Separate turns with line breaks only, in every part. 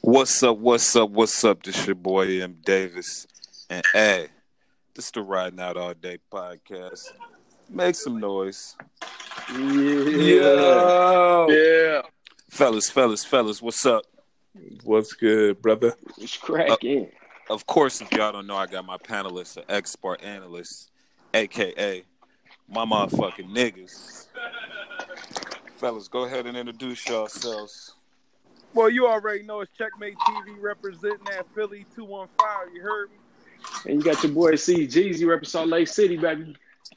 What's up? What's up? What's up? This your boy M Davis, and hey, this the Riding Out All Day podcast. Make some noise,
Yeah.
Yeah.
fellas, fellas, fellas. What's up?
What's good, brother?
It's cracking.
Of course, if y'all don't know, I got my panelists, an expert analyst, aka my motherfucking niggas. Fellas, go ahead and introduce yourselves.
Well, you already know it's Checkmate TV representing that Philly 215. You heard me?
and you got your boy C Jeezy repping Salt Lake City, baby.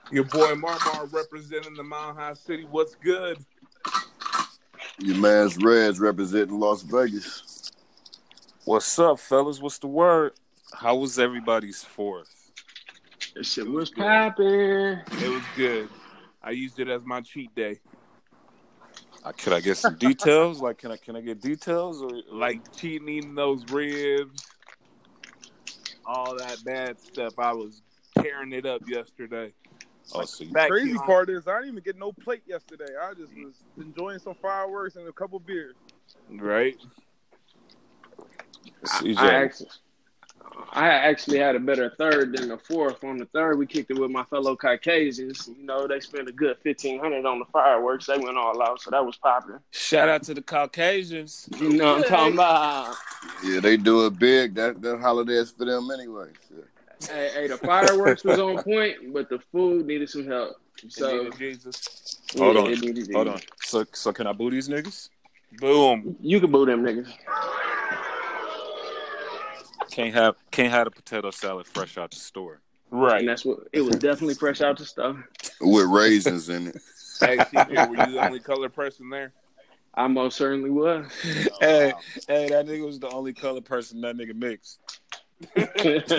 Your boy Marmar representing the Mount High City. What's good?
Your man's Reds representing Las Vegas.
What's up, fellas? What's the word? How was everybody's fourth?
That shit was popping.
It was good. I used it as my cheat day.
Uh, could I get some details? Like, can I can I get details or
Like cheating eating those ribs, all that bad stuff. I was tearing it up yesterday.
Oh, so you-
Back
Crazy
to-
part is I didn't even get no plate yesterday. I just was enjoying some fireworks and a couple beers.
right?
CJ.
I actually, I actually had a better third than the fourth. On the third, we kicked it with my fellow Caucasians. You know, they spent a good fifteen hundred on the fireworks. They went all out, so that was popping.
Shout out to the Caucasians.
You know what I'm talking about?
Yeah, they do it big. That that holiday is for them anyway. Shit.
Hey, hey, the fireworks was on point, but the food needed some help. So
So Jesus,
Hold
yeah,
on.
it needed-
Hold on. So, so can I boo these niggas?
boom.
You can boo them niggas.
Can't have can't have a potato salad fresh out the store.
And
Right.
that's what it was definitely fresh out the stove.
With raisins in it.
hey, CJ, were you the only colored person there?
I most certainly was.
hey, hey, that nigga was the only colored person that nigga mixed. nigga,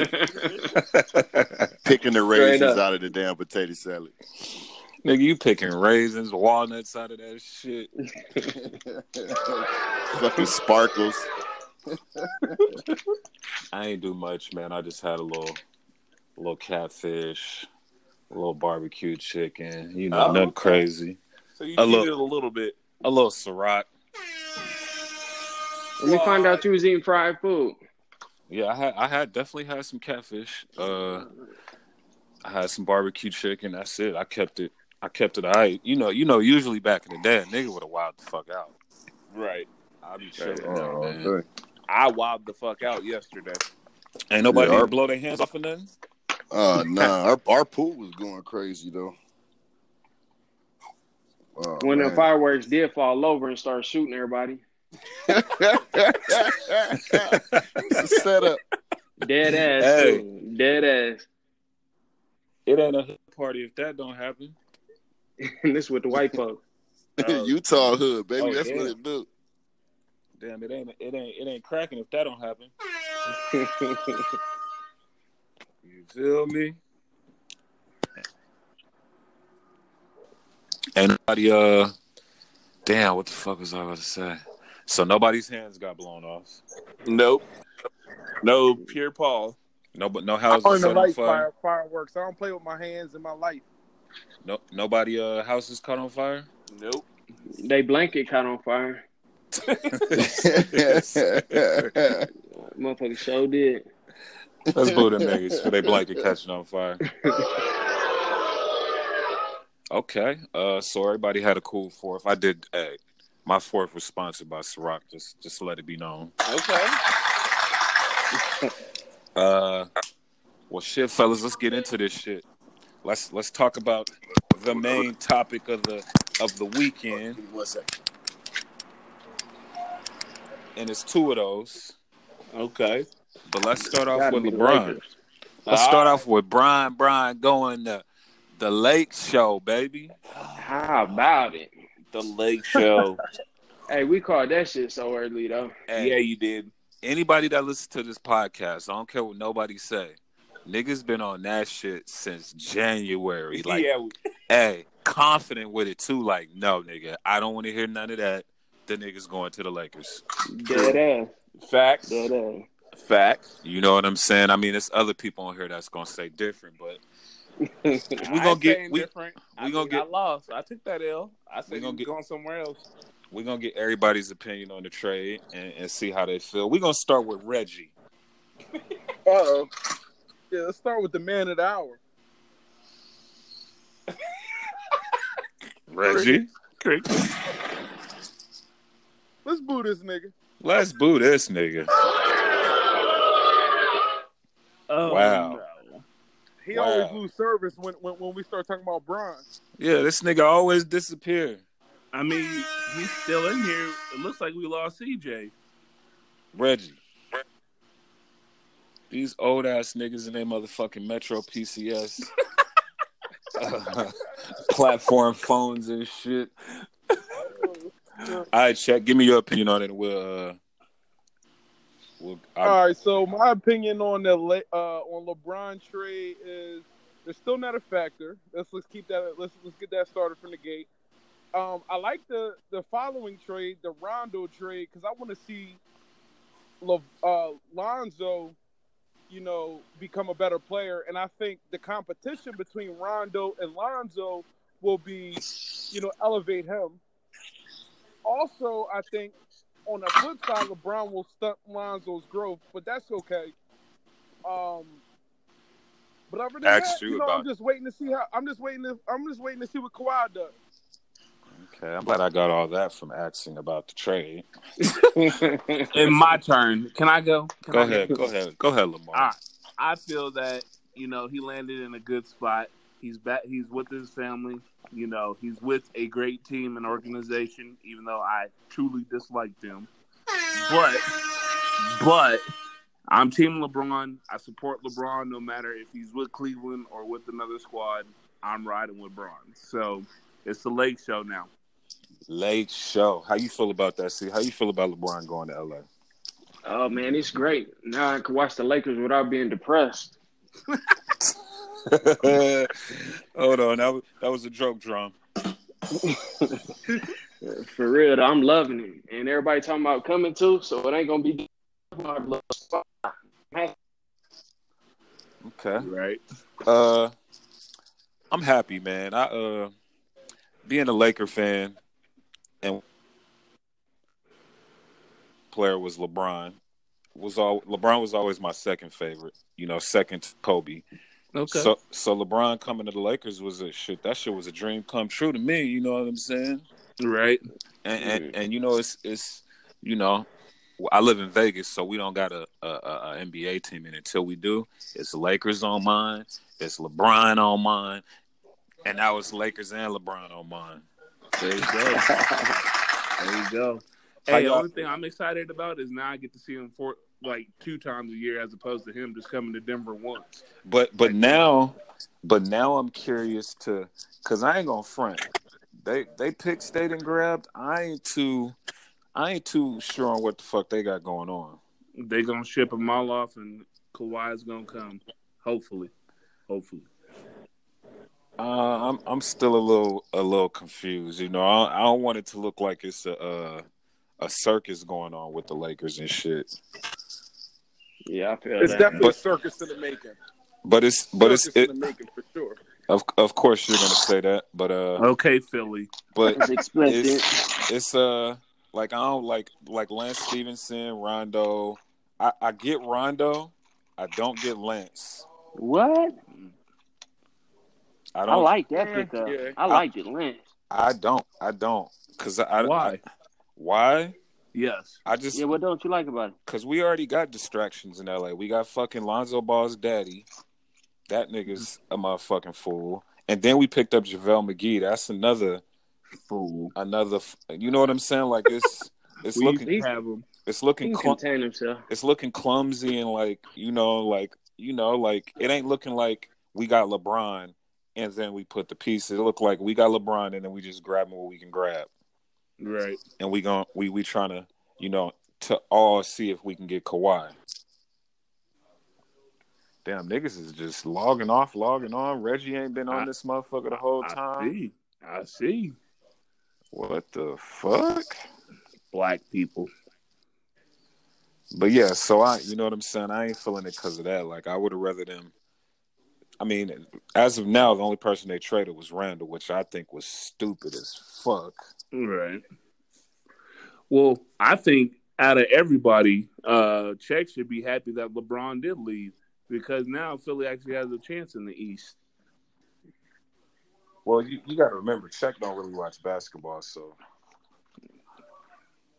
Picking the
Straight up.
raisins out of the damn potato salad.
you picking raisins, walnuts out of that shit.
Fucking sparkles.
I ain't do much, man. I just had a little, little catfish, a little barbecue chicken. You know,
Oh,
nothing
okay.
crazy.
So you
I
cheated
love-
a little bit.
A little Ciroc.
When we find out you was eating fried food.
Yeah, I had I had definitely had some catfish. Uh I had some barbecue chicken. That's it. I kept it. I kept it. I you know you know usually back in the day, a nigga would have wilded the fuck out.
Right.
I be chilling now,
Oh,
man.
okay.
I wowed the fuck out yesterday.
Ain't nobody
Yeah.
blow their hands off of nothing.
Oh,
Uh, nah, our, our pool was going crazy though. Oh,
when the
man.
fireworks did fall over and start shooting everybody.
It's a setup.
Dead ass.
Hey.
too. Dead ass.
It ain't a hood party if that don't happen.
And this with the white folk.
Oh.
Utah hood, baby.
Oh,
That's what
yeah.
it do.
Damn, it ain't it ain't it ain't cracking if that don't happen. You feel me? Ain't nobody uh damn, what the fuck was I about to say? So nobody's hands got blown off.
Nope. No, pure Paul.
No, but no
I
houses
learned
was
to
set on
like
fire.
fire, fireworks. I don't play with my hands in my life.
No, nobody uh houses caught on fire.
Nope.
they blanket caught on fire.
That's
Motherfucker show did.
Let's boo them niggas for they blanket catching on fire. Okay, uh, so everybody had a cool fourth. I did. Hey, my fourth was sponsored by Ciroc. Just, just let it be known.
Okay.
Uh, well, shit, fellas, let's get into this shit. Let's let's talk about the main topic of the of the weekend, and it's two of those.
Okay.
But let's start off
Gotta
with
be the
LeBron.
Lakers.
Let's
Ah.
start off with Brian. Brian going to the Lake Show, baby.
How about it?
the Lake Show.
Hey, we called that shit so early though.
And
yeah, you did.
anybody that listens to this podcast, I don't care what nobody say. Niggas been on that shit since January. Like,
yeah,
hey, confident with it too. Like, no, nigga, I don't want to hear none of that. The niggas going to the Lakers.
Dead ass.
facts.
Dead ass.
Facts.
You know what I'm saying? I mean, there's other people on here that's gonna say different, but
We
gonna get- we-
different.
we gonna
think
get-
I lost. I took that L. I
We
said
gonna
gonna
get-
get going somewhere else.
we We're gonna get everybody's opinion on the trade and, and see how they feel. We're gonna start with Reggie.
oh. Yeah, let's start with the man of the hour.
Reggie,
Let's boo this nigga.
let's boo this nigga.
Oh,
Wow.
no.
He
Wow.
always lose service when, when when we start talking about Brian.
Yeah, this nigga always disappear.
I mean, he's still in here. It looks like we lost CJ.
Reggie. These old ass niggas in their motherfucking Metro PCS platform phones and shit. All right, check. Give me your opinion on it. We'll, uh, we'll I-
All right, so my opinion on the Le- uh, on LeBron trade is they're still not a factor. Let's let's keep that let's let's get that started from the gate. Um, I like the the following trade, the Rondo trade, because I want to see Le- uh, Lonzo, you know, become a better player, and I think the competition between Rondo and Lonzo will be, you know, elevate him. Also, I think on the flip side, LeBron will stunt Lonzo's growth, but that's okay. Um, but other than
Asked
that,
you
you know, I'm
about-
just waiting to see how I'm just waiting to I'm just waiting to see what Kawhi does.
okay, I'm glad I got all that from asking about the trade.
And my turn. Can I go? Can
Go
I
ahead, go ahead, go ahead, Lamar.
All right. I feel that you know he landed in a good spot. He's back. He's with his family. You know he's with a great team and organization. Even though I truly dislike them, but but I'm Team LeBron. I support LeBron no matter if he's with Cleveland or with another squad. I'm riding with Braun. So it's the Lake Show now.
Late show. How you feel about that? See, how you feel about LeBron going to LA?
Oh man, it's great. Now I can watch the Lakers without being depressed.
Hold on, that was, that was a joke, drum.
For real, though, I'm loving it. And everybody talking about coming too, so it ain't gonna be
Okay.
Right.
Uh, I'm happy, man. I uh, being a Laker fan and player was LeBron. Was all LeBron was always my second favorite. You know, second to Kobe.
Okay.
So so LeBron coming to the Lakers was a shit. That shit was a dream come true to me. You know what I'm saying?
right.
and and, and you know it's it's you know I live in Vegas, so we don't got a, a, a a NBA team, and until we do, it's Lakers on mine, it's LeBron on mine, and now it's Lakers and LeBron on mine.
There you go. There you go.
How
Hey, um, the
y'all-
only thing I'm excited about is now I get to see him for like two times a year as opposed to him just coming to Denver once.
But but now, but now I'm curious to, cause I ain't gonna front. They they picked, stayed, and grabbed. I ain't too, I ain't too sure on what the fuck they got going on.
They're gonna ship him all off and Kawhi's gonna come. Hopefully. Hopefully.
Uh, I'm I'm still a little a little confused. You know, I, I don't want it to look like it's a, a a circus going on with the Lakers and shit.
Yeah, I feel
It's
that.
definitely a circus in the making.
But it's but it's
circus
it,
in the making for sure.
of of course you're gonna say that. But uh,
Okay, Philly.
but
It's expected.
it's uh like I don't like like Lance Stevenson, Rondo. I I get Rondo. I don't get Lance.
What?
I
I
Oh.
don't.
like that
Mm,
pickup.
yeah.
I like it, Lynch.
I don't. I don't. Cause I, I
Why?
I- why?
Yes.
I just
Yeah, what don't you like about it?
Cause we already got distractions in LA. We got fucking Lonzo Ball's daddy. That nigga's a motherfucking fool. And then we picked up JaVale McGee. That's another
Fool.
another. f- You know what I'm saying? Like it's it's
We
looking
have him.
it's
He
looking
can
clu-
contain himself.
it's looking clumsy and like you know like you know like it ain't looking like we got LeBron and then we put the pieces. It looked like we got LeBron and then we just grabbing what we can grab
Right.
and we gon' we we trying to you know to all see if we can get Kawhi. Damn niggas is just logging off, logging on. Reggie ain't been on
I-
this motherfucker the whole
I
time.
see. I see.
What the fuck?
Black people.
But yeah, so I you know what I'm saying. I ain't feeling it because of that. Like I would have rather them. I mean, as of now, the only person they traded was Randall, which I think was stupid as fuck.
Right. Well, I think out of everybody, uh, Czech should be happy that LeBron did leave because now Philly actually has a chance in the East.
Well, you, you got to remember, Shaq don't really watch basketball, so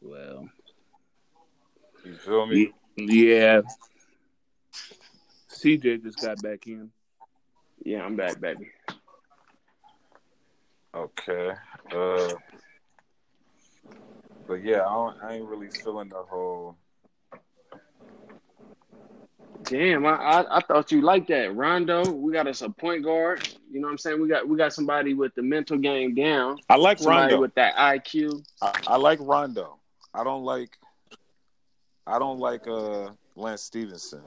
Well,
you feel me?
yeah. CJ just got back in.
Yeah, I'm back, baby.
Okay. Uh, but yeah, I, don't, I ain't really feeling the whole.
Damn, I, I I thought you liked that. Rondo, we got us a point guard. You know what I'm saying? We got we got somebody with the mental game down.
I like
Somebody
Rondo.
with that IQ.
I, I like Rondo. I don't like. I don't like uh Lance Stevenson.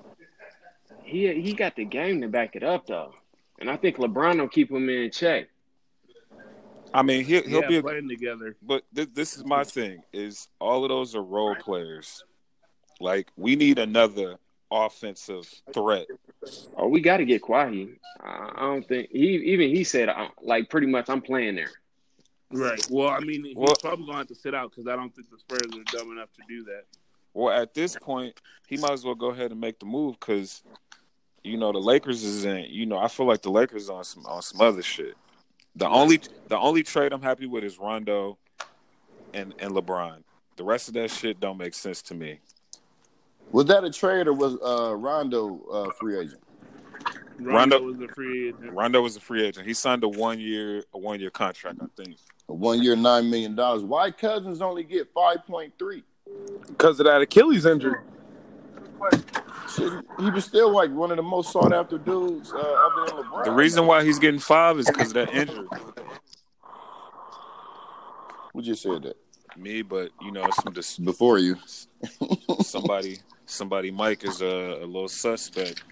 He he got the game to back it up though. And I think LeBron will keep him in check.
I mean, he, he'll
yeah,
be a
playing together.
but th- this is my thing is all of those are role players like we need another offensive threat
Oh, we got to get Kwahi. I I don't think he even he said uh, like pretty much I'm playing there.
Right. Well, I mean, he's
Well-
probably going to have to sit out because I don't think the Spurs are dumb enough to do that.
well at this point he might as well go ahead and make the move because you know the lakers is in you know i feel like the lakers on some on some other shit the only the only trade i'm happy with is rondo and and lebron the rest of that shit don't make sense to me
Was that a trade or was uh, Rondo uh, free agent?
Rondo,
Rondo-
was a free agent.
rondo was a free agent he signed a one year a one year contract i think
A one year, nine million dollars. Why Cousins only get five point three?
because of that Achilles injury.
He was still like one of the most sought after dudes uh, other than LeBron.
the reason why he's getting five is because of that injury
we just said that
me, but you know, some dis-
before you.
somebody, somebody, Mike is a, a little suspect.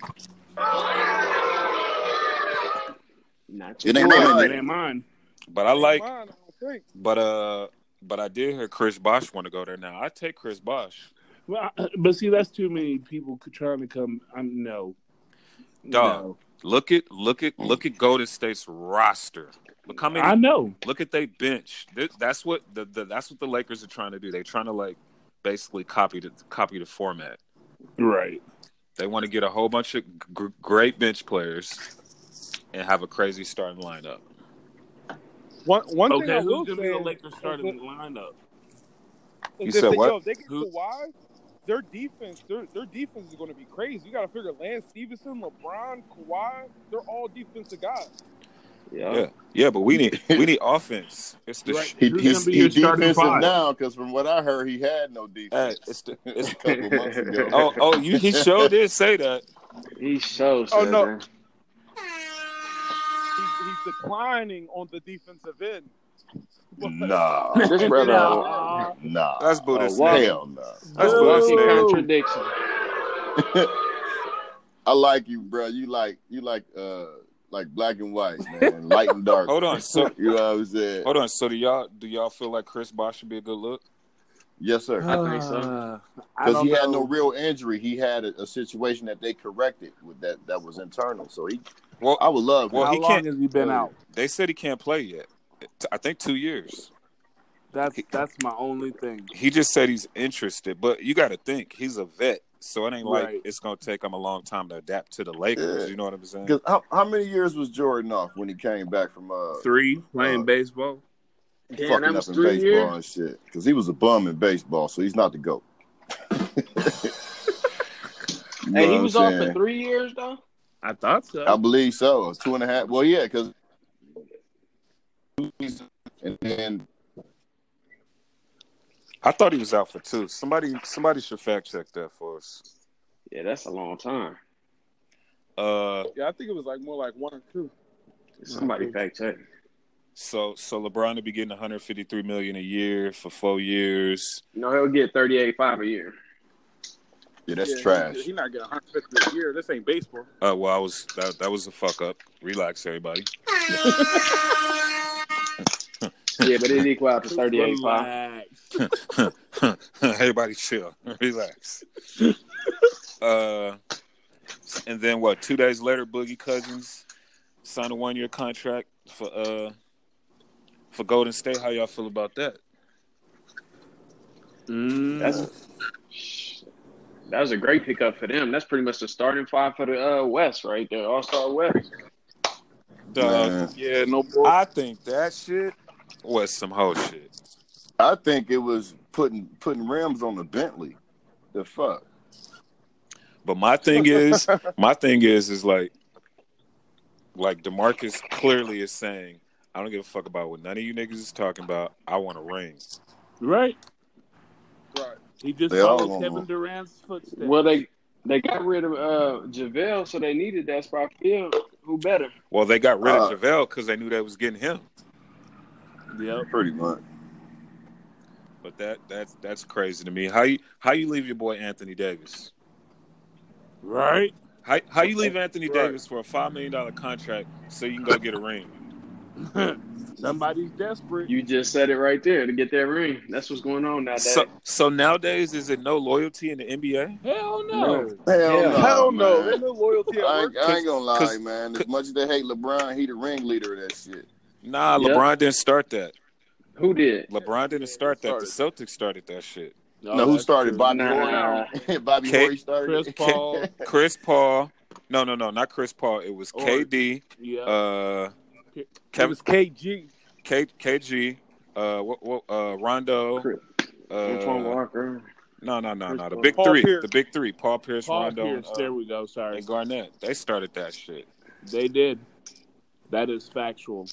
Not
It
your
ain't
boy.
mine.
It ain't mine.
But I like,
Mine, I don't think.
but uh, but I did hear Chris Bosch want to go there now. I take Chris Bosch.
Well, I- but see, that's too many people c- trying to come. I'm no,
Dog, look at look at look at Golden State's roster. Look how
no.
many.
I know.
Look at they bench. Th- That's what the, the that's what the Lakers are trying to do. They're trying to like basically copy the copy the format.
Right.
They want to get a whole bunch of gr great bench players and have a crazy starting lineup.
One one thing I
Okay,
will
who's
say
gonna be the
is-
Lakers starting lineup?
You
is
said
if they,
what?
Yo, if they get
Who-
Kawhi, their defense, their their defense is going to be crazy. You got to figure Lance Stevenson, LeBron, Kawhi, they're all defensive guys.
Yeah, yeah, but we need we need offense. It's the sh-
Right.
He,
Who's
he's
gonna be
he
your starting
defensive
five?
now because from what I heard, he had no
hey,
defense
it's the
a couple months ago.
oh oh you he sure did say that.
He shows.
Oh, no.
man.
He's, he's declining on the defensive end. But-
nah,
This brother,
Nah.
nah.
That's Buddha
Oh,
Snake.
wow.
Hell no.
That's
Boo.
Buddha
walking
Snake.
contradiction.
I like you, bro. You like you like uh like black and white, man, light and dark.
Hold on, so
You know what I'm saying?
hold on. So do y'all do y'all feel like Chris Bosh should be a good look?
Yes, sir.
I think so.
because he had no real injury. He had a, a situation that they corrected with that that was internal. So he,
Well,
I would love.
Well,
How
him.
he
long
can't-
has he been out?
they said he can't play yet. I think two years.
That's that's my only thing.
He just said he's interested, but you got to think he's a vet, so it ain't like
Right.
it's gonna take him a long time to adapt to the Lakers.
Yeah.
You know what I'm saying?
Because how, how many years was Jordan off when he came back from uh,
Three playing
uh,
baseball.
Damn, that
fucking
was
up in
three
baseball
years?
and shit? Because he was a bum in baseball, so he's not the goat. You know
Hey, he
what
was
I'm
off for
saying?
three years though.
I thought so.
I believe so. Two and a half. Well, yeah, because and then
I thought he was out for two. Somebody somebody should fact check that for us.
Yeah, that's a long time.
Uh,
yeah, I think it was like more like one or two.
Somebody fact check.
so so LeBron to be getting 153 million a year for four years.
No, he'll get thirty-eight five a year.
yeah, that's
Yeah, he-
trash.
He, not getting 150 a year. This ain't baseball.
Uh, well, I was that, that was a fuck up. Relax, everybody.
Yeah, but it equal out to thirty-eight five.
Relax.
everybody chill. Relax. uh, and then what? Two days later, Boogie Cousins signed a one-year contract for uh for Golden State. How y'all feel about that?
Mm.
That's that was a great pickup for them. That's pretty much the starting five for the uh, West right there, All Star West.
Dog,
Man.
yeah, no bull.
I think that shit was some whole shit.
I think it was putting putting rims on the Bentley. The fuck.
But my thing is, my thing is, is like, like Demarcus clearly is saying, I don't give a fuck about what none of you niggas is talking about. I want a ring.
Right.
Right.
He just
They all
followed
want
Kevin
one.
Durant's footsteps.
Well, they they got rid of uh, JaVale, so they needed that spot field. Who better?
Well, they got rid
Uh.
of JaVale because they knew they was getting him.
yep.
Pretty much.
But that that's that's crazy to me. How you how you leave your boy Anthony Davis?
Right.
How how you leave Anthony
Right.
Davis for a five million dollar contract so you can go get a ring?
Somebody's desperate.
You just said it right there to get that ring. That's what's going on nowadays.
So so nowadays is it no loyalty in the NBA?
Hell no.
No.
Hell
Yeah.
no.
Hell no.
man.
There's no loyalty at
I
work.
ain't, I ain't gonna lie,
Cause-
man. As much as they hate LeBron, he the ringleader of that shit.
Nah,
Yeah.
LeBron didn't start that.
Who did?
LeBron didn't
Yeah,
start that. The
started.
Celtics started that shit.
no, who
that's
started?
true.
Bobby
Nah.
Horry. Bobby
K-
Horry started.
Chris
it?
Paul.
Chris Paul. No, no, no, not Chris Paul. It was
Or-
KD.
Yeah.
Uh,
K-
Kevin
It was KG.
K, KG. Uh, what, what, uh, Rondo.
Chris- Antoine
Uh,
Walker.
no, no, no,
Chris
no. The
Paul.
big
Paul
three.
Pierce.
The big three. Paul Pierce,
Paul
Rondo,
Pierce.
and,
there
uh,
we go. Sorry.
and Garnett. They started that shit.
They did. That is factual.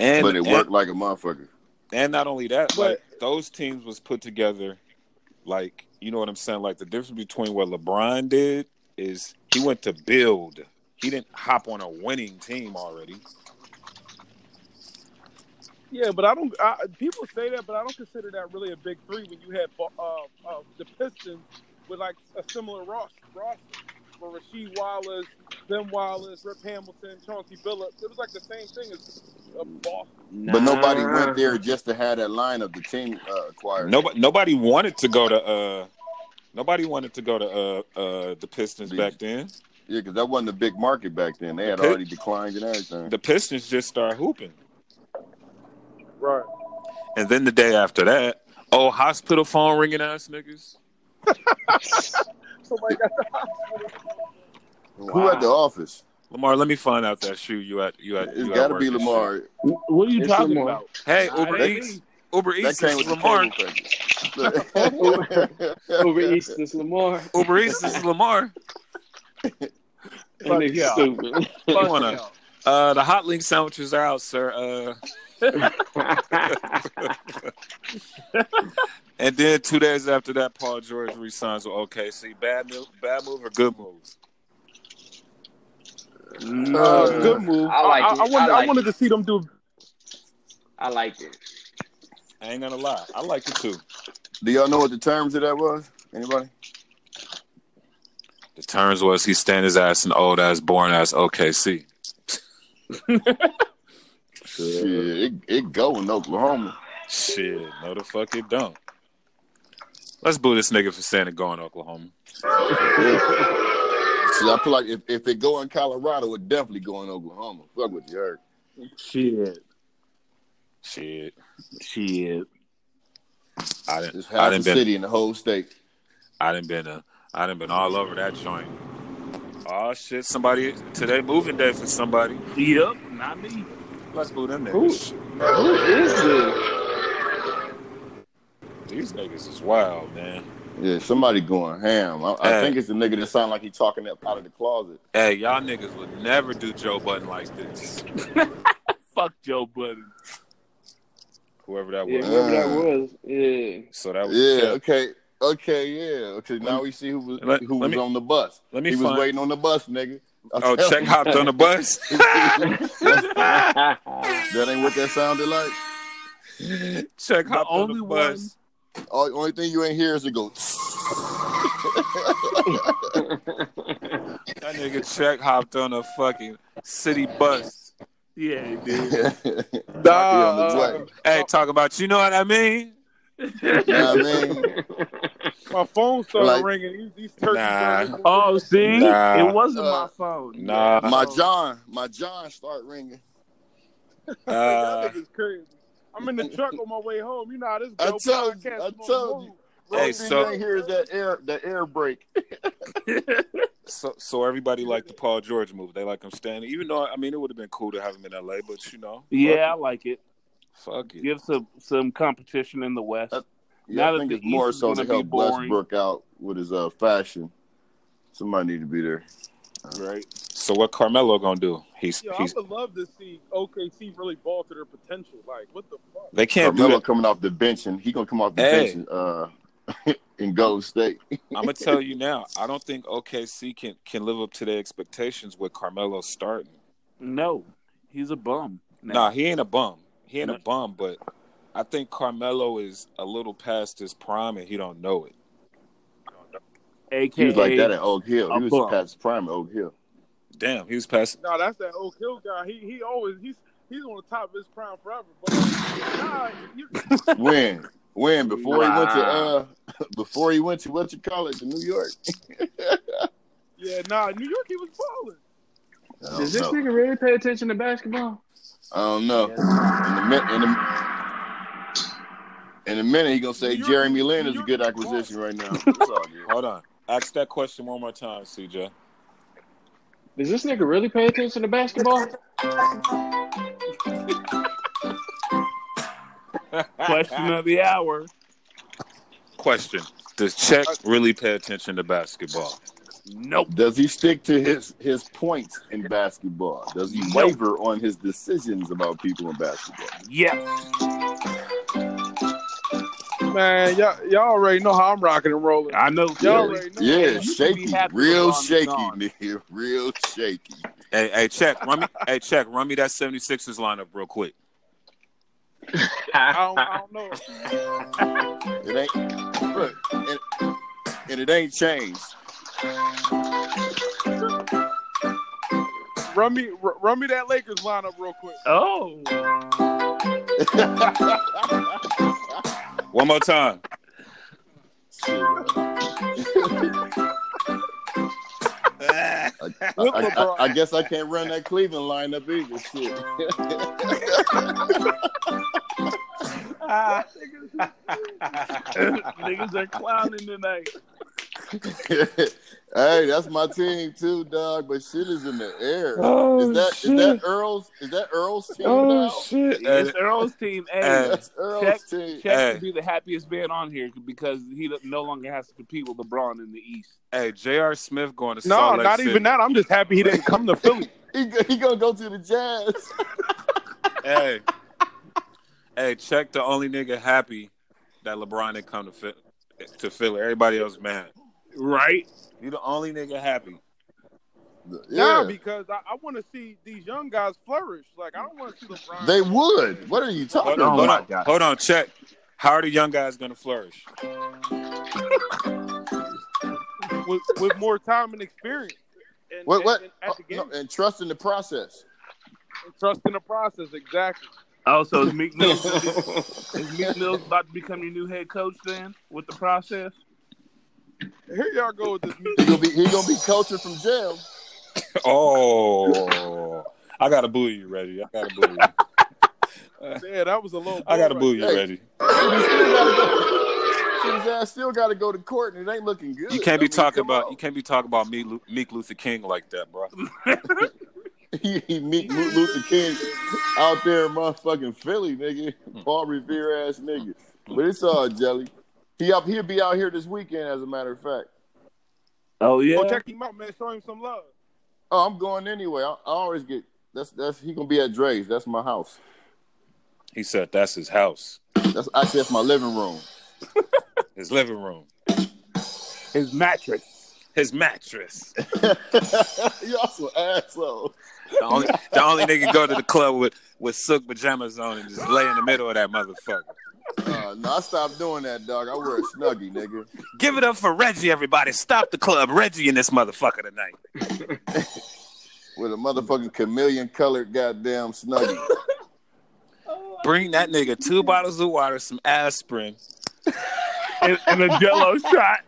And
but it
and-
worked like a motherfucker.
and not only that,
But-
like those teams was put together, like you know what I'm saying. Like the difference between what LeBron did is he went to build. He didn't hop on a winning team already.
Yeah, but I don't. I, people say that, but I don't consider that really a big three when you had uh, uh, the Pistons with like a similar roster, roster for Rasheed Wallace, Ben Wallace, Rip Hamilton, Chauncey Billups. It was like the same thing as a Boston.
But nobody
Nah.
went there just to have that line of the team uh, acquired.
Nobody, nobody wanted to go to. uh Nobody wanted to go to uh uh the Pistons back then.
Yeah, because that wasn't a big market back then. They had
The Pit-
already declined and everything.
The Pistons just started hooping,
Right.
and then the day after that, oh hospital phone ringing ass niggas.
Somebody got the hospital.
Who at the office?
Lamar, let me find out that shoe you at. You at.
It's
You
got
at
to
work
be
and shit.
Lamar.
Wh- What are you
It's
talking
Lamar.
about?
Hey,
Nah,
Uber
it ain't
Eats.
me.
Uber
That
Eats
came
is
with
Lamar.
the cable package.
Over East is Lamar.
Uber Eats is Lamar.
That
Fuck
nigga
y'all.
stupid.
You
Fuck
wanna-
no.
Uh, the hot link sandwiches are out, sir. Uh, and then two days after that, Paul George resigns with OKC. Bad move, bad move or good move?
Uh,
Uh,
good move.
I like
I,
it.
I, wanted,
I like
wanted to see them do.
I liked it.
I ain't gonna lie, I like it too.
Do y'all know what the terms of that was? Anybody?
The terms was he stand his ass in old ass, born ass OKC.
Shit, it, it go in Oklahoma.
Shit, no the fuck it don't. Let's boo this nigga for saying it going to Oklahoma.
See, I feel like if, if it go in Colorado, it definitely go in Oklahoma. Fuck with you heard.
Shit.
Shit,
Shit.
I didn't.
It's
I
half the
didn't been.
city and the whole state.
I didn't been. A, I didn't been all over that joint. Oh shit! Somebody today moving day for somebody.
Yep. Not me.
Let's boo them
Who?
niggas.
Who is this?
These niggas is wild, man.
Yeah, somebody going ham. I, I
Hey.
think it's the nigga that sound like he talking up out of the closet.
Hey, y'all niggas would never do Joe Button like this.
Fuck Joe Budden.
Whoever that
Yeah,
was.
whoever that was. Yeah.
So that was
Yeah,
Kev.
okay. Okay, yeah. Okay, now we see who was
Let-
who
let
was
me-
on the bus.
Let me
He was
find.
waiting on the bus, nigga. I'm
Oh,
telling
check hopped on the bus.
you. that ain't what that sounded like.
check hopped on
only
the bus.
All, only thing you ain't hear is it go.
That nigga check hopped on a fucking city bus.
Yeah, he
Nah,
did.
uh,
on the way.
Hey, talk about you know what I mean?
You know what I mean?
My phone started
Like-
ringing. These, these turkeys.
Nah.
started-
Oh, see,
Nah.
it wasn't
Uh,
my phone.
Nah.
My John, my John start ringing.
Uh,
Y'all niggas crazy. I'm in the truck on my way home. You know how this
I
goes.
told you, I told you. only
Hey,
thing
so-
you ain't hear is that air, the air break.
So, so everybody liked the Paul George move. They like him standing, even though I mean it would have been cool to have him in L.A., but you know,
Yeah, I like it.
fuck it.
Give some some competition in the West.
Uh,
Now
Yeah, I
that
think
the
it's more
East is
so to
gonna be
help
boring.
Westbrook out with his uh, fashion. Somebody need to be there.
Right.
So what Carmelo gonna do? He's
Yo, I
he's
would love to see OKC really ball to their potential. Like, what the fuck?
they can't do
Carmelo
that.
coming off the bench, and he gonna come off the
Hey.
bench and, uh, in Golden State.
I'm gonna tell you now. I don't think OKC can can live up to their expectations with Carmelo starting.
No, he's a bum. now.
Nah, he ain't a bum. He ain't a
No.
bum, but I think Carmelo is a little past his prime and he don't know it.
AKA
He was like that at Oak Hill.
a
He was
bum.
past prime at Oak Hill.
Damn, he was past.
No, that's that old kill guy. He he always he's he's on the top of his prime forever. But like, nah, you,
When? When? Before he went to uh,
Wow.
before he went to what you call it, to New York.
yeah, nah, New York he was balling.
I
Does
don't
this
know.
nigga really pay attention to basketball?
I don't know. In a minute, in a, in a minute, he gonna say
New York-
Jeremy Lin is
New
a good
York-
acquisition right now. It's all good.
Hold on. Ask that question one more time, CJ.
Does this nigga really pay attention to basketball?
question of the hour.
question. Does Czech really pay attention to basketball?
Nope.
Does he stick to his his points in basketball? Does he waver on his decisions about people in basketball?
Yes.
Man, y'all y'all already know how I'm rocking and rolling.
I know.
Y'all
Philly.
already know.
Yeah,
should be
shaky,
happy
real
LeBron is
shaky,
gone.
nigga, real shaky.
Hey, hey, check, run me, hey, check, run me that 76ers lineup real quick.
I don't, I don't know.
It ain't look, and, and it ain't changed.
Run me r- run me that Lakers lineup real quick.
Oh,
One more time.
I,
With
I-
LeBron.
I guess I can't run that Cleveland lineup either. Shit.
niggas are clowning tonight.
hey, that's my team too, dog. But shit is in the air.
Oh,
is that is
shit. Oh,
that Earl's? Is that Earl's team? now?
shit.
It's Earl's team. Hey,
That's Earl's
Check-
team.
Chet
Hey.
should be the happiest man on here because he no longer has to compete with LeBron in the East.
Hey, J.R. Smith going to
No,
Salt Lake
not
City.
even that. I'm just happy he didn't come to Philly.
He, go- he gonna go to the Jazz.
Hey, hey, check the only nigga happy that LeBron didn't come to Phil- to Philly. Everybody else mad.
Right?
You the only nigga happy.
Nah,
Yeah,
because I, I want to see these young guys flourish. Like I don't want to see LeBron.
they would. What are you talking
Hold on, hold
about?
on, hold on, check. How are the young guys gonna flourish?
with, with more time and experience. And,
What? What?
and- and at the game,
Oh, no, and trust in the process.
and trust in the process. Exactly.
Also, Oh, is Meek Mill is Meek Mill about to become your new head coach then with the process?
Here y'all go with this.
He gonna be he gonna be coaching from jail.
Oh, I gotta boo you, Reggie. I gotta boo you.
Yeah, that was a little.
I gotta
bull
boo
right
you, Reggie.
Hey. Shit, he still gotta go- shit, his ass still got to go to court, and it ain't looking good.
You can't
I
be
mean,
talking
come
about
on.
you can't be talking about me, Lu- Meek Luther King like that, bro.
he, he meet Lu- Luther King out there in motherfucking Philly, nigga. Paul Revere ass nigga. But it's all jelly. He up he'll be out here this weekend, as a matter of fact.
Oh yeah.
Go check him out, man. Show him some love.
Oh, I'm going anyway. I, I always get that's that's he gonna be at Dre's. That's my house.
He said that's his house,
That's actually that's my living room.
his living room,
His mattress.
his mattress.
Y'all some asshole.
The only, the only nigga go to the club with with silk pajamas on and just lay in the middle of that motherfucker.
Uh, no, I stopped doing that, dog. I wear a snuggie, nigga.
Give it up for Reggie, everybody. Stop the club, Reggie, in this motherfucker tonight.
With a motherfucking chameleon colored goddamn snuggie.
Bring that nigga two bottles of water, some aspirin,
And, and a jello shot.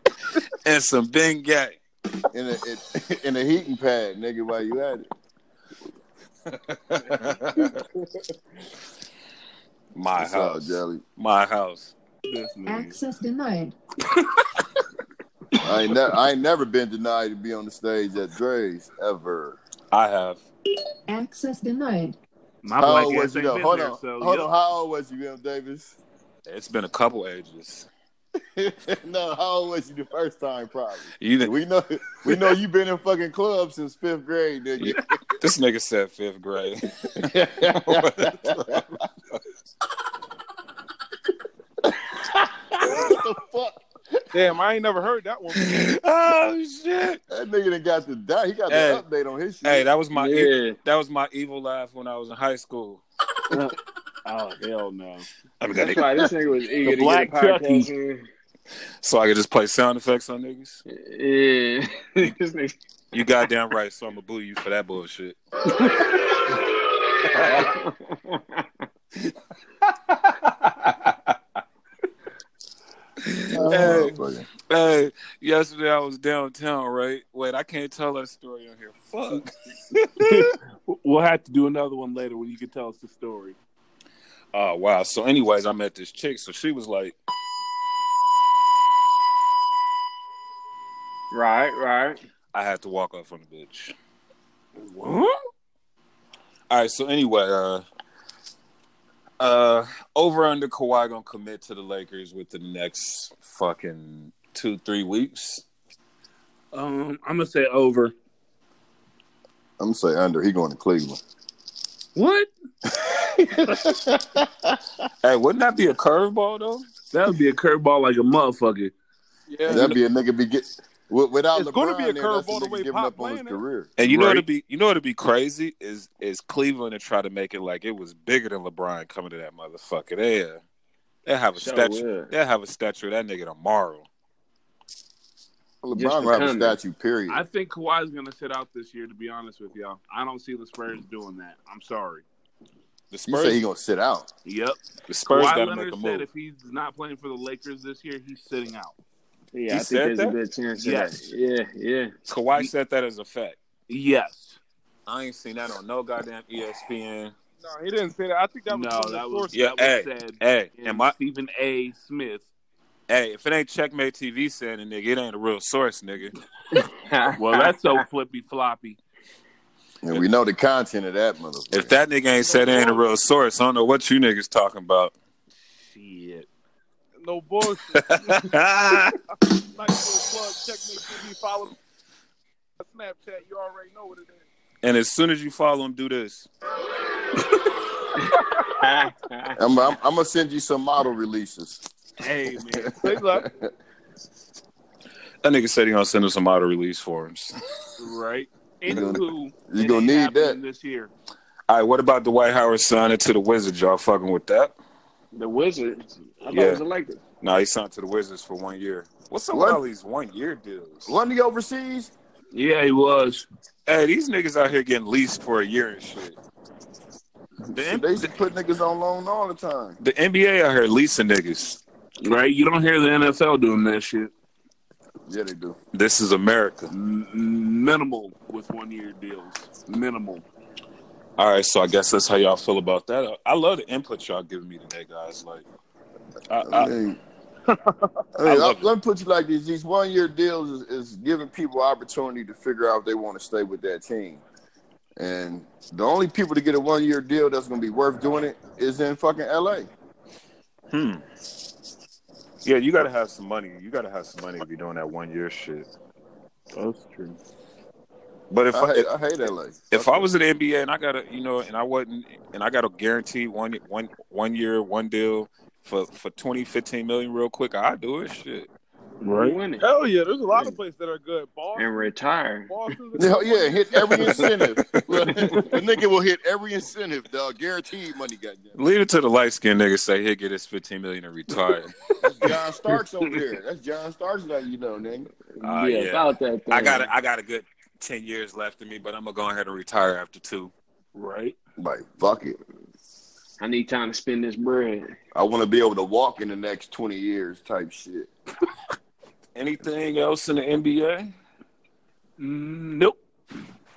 and some Bengay.
in a it, in a heating pad, nigga. While you at it,
My
It's all
house,
jelly.
my house.
This nigga.
Access denied.
I ain't, ne- I ain't never been denied to be on the stage at Dre's ever.
I have.
Access denied.
My
how
black
old
ass
was you?
ain't
though?
been
Hold
there,
on,
so
hold
yep.
on. How old was you, M. Davis?
It's been a couple ages.
no, how old was you the first time? Probably.
You didn't,
We know, we know you been in fucking clubs since fifth grade, nigga.
this nigga said fifth grade.
what the fuck?
Damn, I ain't never heard that one.
oh shit!
That nigga done got the die. He got
Hey.
the update on his shit.
Hey, that was my e-
Yeah.
that was my evil laugh when I was in high school.
Oh hell no.
I mean,
That's why this nigga was eager to
black
get a podcast
Chucky.
in.
so I could just play sound effects on niggas.
Yeah. this nigga.
You goddamn right. So I'm gonna boo you for that bullshit.
Oh,
Hey,
motherfucker.
hey, yesterday I was downtown, right? Wait, I can't tell that story on here. Fuck.
We'll have to do another one later when you can tell us the story.
Oh wow. So, anyways, I met this chick. So she was like,
Right, right.
I had to walk off on the bitch.
What?
All right. So anyway, uh, uh, over under Kawhi gonna commit to the Lakers within the next fucking two three weeks.
Um, I'm gonna say over.
I'm gonna say under. He going to Cleveland.
What?
Hey, wouldn't that be a curveball though?
That would be a curveball like a motherfucker.
Yeah,
That'd be a nigga be get wi- without
It's
LeBron.
gonna be a
there, that's
curveball the
nigga
way
giving
Pop
up on his
playing it.
career.
And you know
Right.
what'd be you know what'd be crazy is is Cleveland to try to make it like it was bigger than LeBron coming to that motherfucker. They uh, they have a
Sure
statue.
will.
They have a statue of that nigga tomorrow.
LeBron
Just
will have a
pretending.
statue. Period.
I think Kawhi's gonna sit out this year. To be honest with y'all, I don't see the Spurs doing that. I'm sorry.
The
you say
Spurs,
he gonna sit out?
Yep.
the Spurs got
Kawhi
to make
Leonard
a
said
move.
if he's not playing for the Lakers this year, he's sitting out.
Yeah, I think
said
there's
that?
a good chance. of
Yes.
that. Yeah, yeah.
Kawhi said that as a fact.
Yes.
I ain't seen that on no goddamn E ESPN.
no, he didn't say that. I think that was
No,
from the
that was
source.
Yeah,
that was said.
Hey,
in
and my
Stephen A. Smith.
hey, if it ain't Checkmate TV saying it, nigga, it ain't a real source, nigga.
Well, that's so flippy floppy.
And we know the content of that motherfucker.
If that nigga ain't said it ain't a real source, I don't know what you niggas talking about.
Shit.
No bullshit.
hey,
Nice little plug. Checkmate TV. Follow me on Snapchat. You already know what it is.
and as soon as you follow him, do this.
I'm, I'm, I'm gonna send you some model releases.
Hey man.
Good luck.
That nigga said he gonna send us some auto release forms.
Right.
You gonna-
Anywho,
you
it
gonna
ain't
need
happening
that.
this year.
All right, what about Dwight Howard signing to the Wizards? Y'all fucking with that?
the Wizards. I thought
Yeah.
it was the Lakers.
Nah, he signed to the Wizards for one year. What's up
What?
with all these one year deals?
Wasn't he overseas?
Yeah, he was.
Hey, these niggas out here getting leased for a year and shit. The,
Shit,
N-
they used to put niggas on loan all the time.
the NBA out here leasing niggas.
Right. You don't hear the NFL doing that shit.
Yeah, they do.
This is America.
M- minimal with one year deals. Minimal.
All right, so I guess that's how y'all feel about that. I love the input y'all giving me today, guys. Like, I,
I
Uh, I,
mean, I
I
mean,
love
I- let me put you like this: these one-year deals is, is giving people opportunity to figure out if they want to stay with that team. And the only people to get a one-year deal that's going to be worth doing it is in fucking LA.
hmm. Yeah, you gotta have some money. You gotta have some money if you're doing that one year shit.
That's true.
But if
I
I,
hate, I hate LA.
if I was in the NBA and I got a you know and I wasn't and I got a guaranteed one one one year one deal for for 20 15 million real quick, I'd do it shit.
Right.
Win it
Hell yeah, there's a lot of places that are good. Boston,
and retire.
Boston's a
Yeah,
good
yeah,
one.
hit every incentive. the nigga will hit every incentive, dog. Guaranteed money, goddamn.
Leave it to the light skinned nigga say he'll get his 15 million and retire.
That's John Starks over there. That's John Starks, now you know, nigga.
Ah,
yeah,
yeah.
about that. Thing.
I got a, I got a good 10 years left in me, but I'm gonna go ahead and retire after two.
Right.
Like, fuck it.
I need time to spend this bread.
I want to be able to walk in the next twenty years, type shit.
Anything else in the NBA?
Mm, Nope.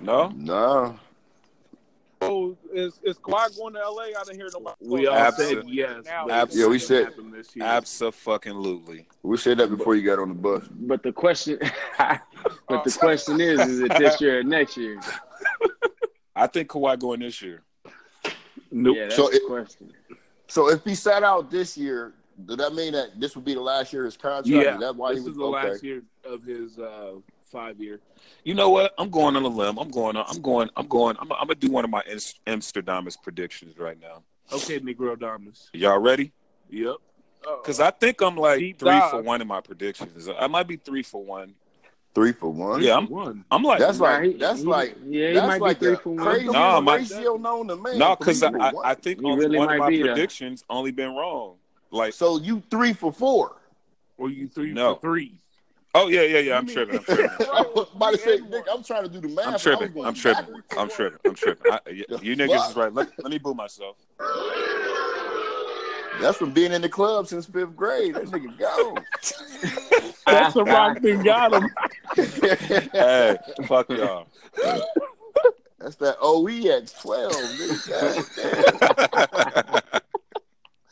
No.
No,
Oh, is is Kawhi going to LA? I didn't hear nobody.
We all
Absolute-
said yes. but
Abs-
yeah, we
it
said-
happened this year.
Absolutely.
We said that before you got on the bus.
But the question, but the question is, is it this year or next year?
I think Kawhi going this year.
Nope.
Yeah, that's
So
the
it-
question.
So if he sat out this year, does that mean that this would be the last year of his contract?
Yeah,
Is that why
this
he was
is the
okay.
last year of his uh, five year.
You know what? I'm going on a limb. I'm going. On, I'm going. I'm going. I'm, I'm gonna do one of my Ins- Amsterdamus predictions right now.
Okay, Negro Damas.
Y'all ready?
Yep.
Because I think I'm like
Deep
three
dive.
for one in my predictions. I might be three for one.
Three for one.
Yeah, I'm.
one.
I'm like.
That's like
Nah, he-
that's
he-
like
yeah, he
that's
might
like
be three
the
for one.
craziest
Nah, my-
ratio known to man.
no, because I,
Three for
I,
one.
I think
You
only
really
one of
might
my
be there.
predictions only been wrong. Like,
so you three for four.
Or you three
No.
for three.
oh yeah, yeah, yeah. I'm
You mean-
tripping. I'm
I
tripping.
was about to say, Nick, I'm trying to do the math.
I'm tripping. I'm tripping. I'm tripping. I'm tripping. I, y-
The
you niggas
fuck?
is right. Let, let me boo myself.
That's from being in the club since fifth grade. That nigga go.
That's the rock that got him.
Hey, fuck y'all.
that's that OE at twelve. Nigga.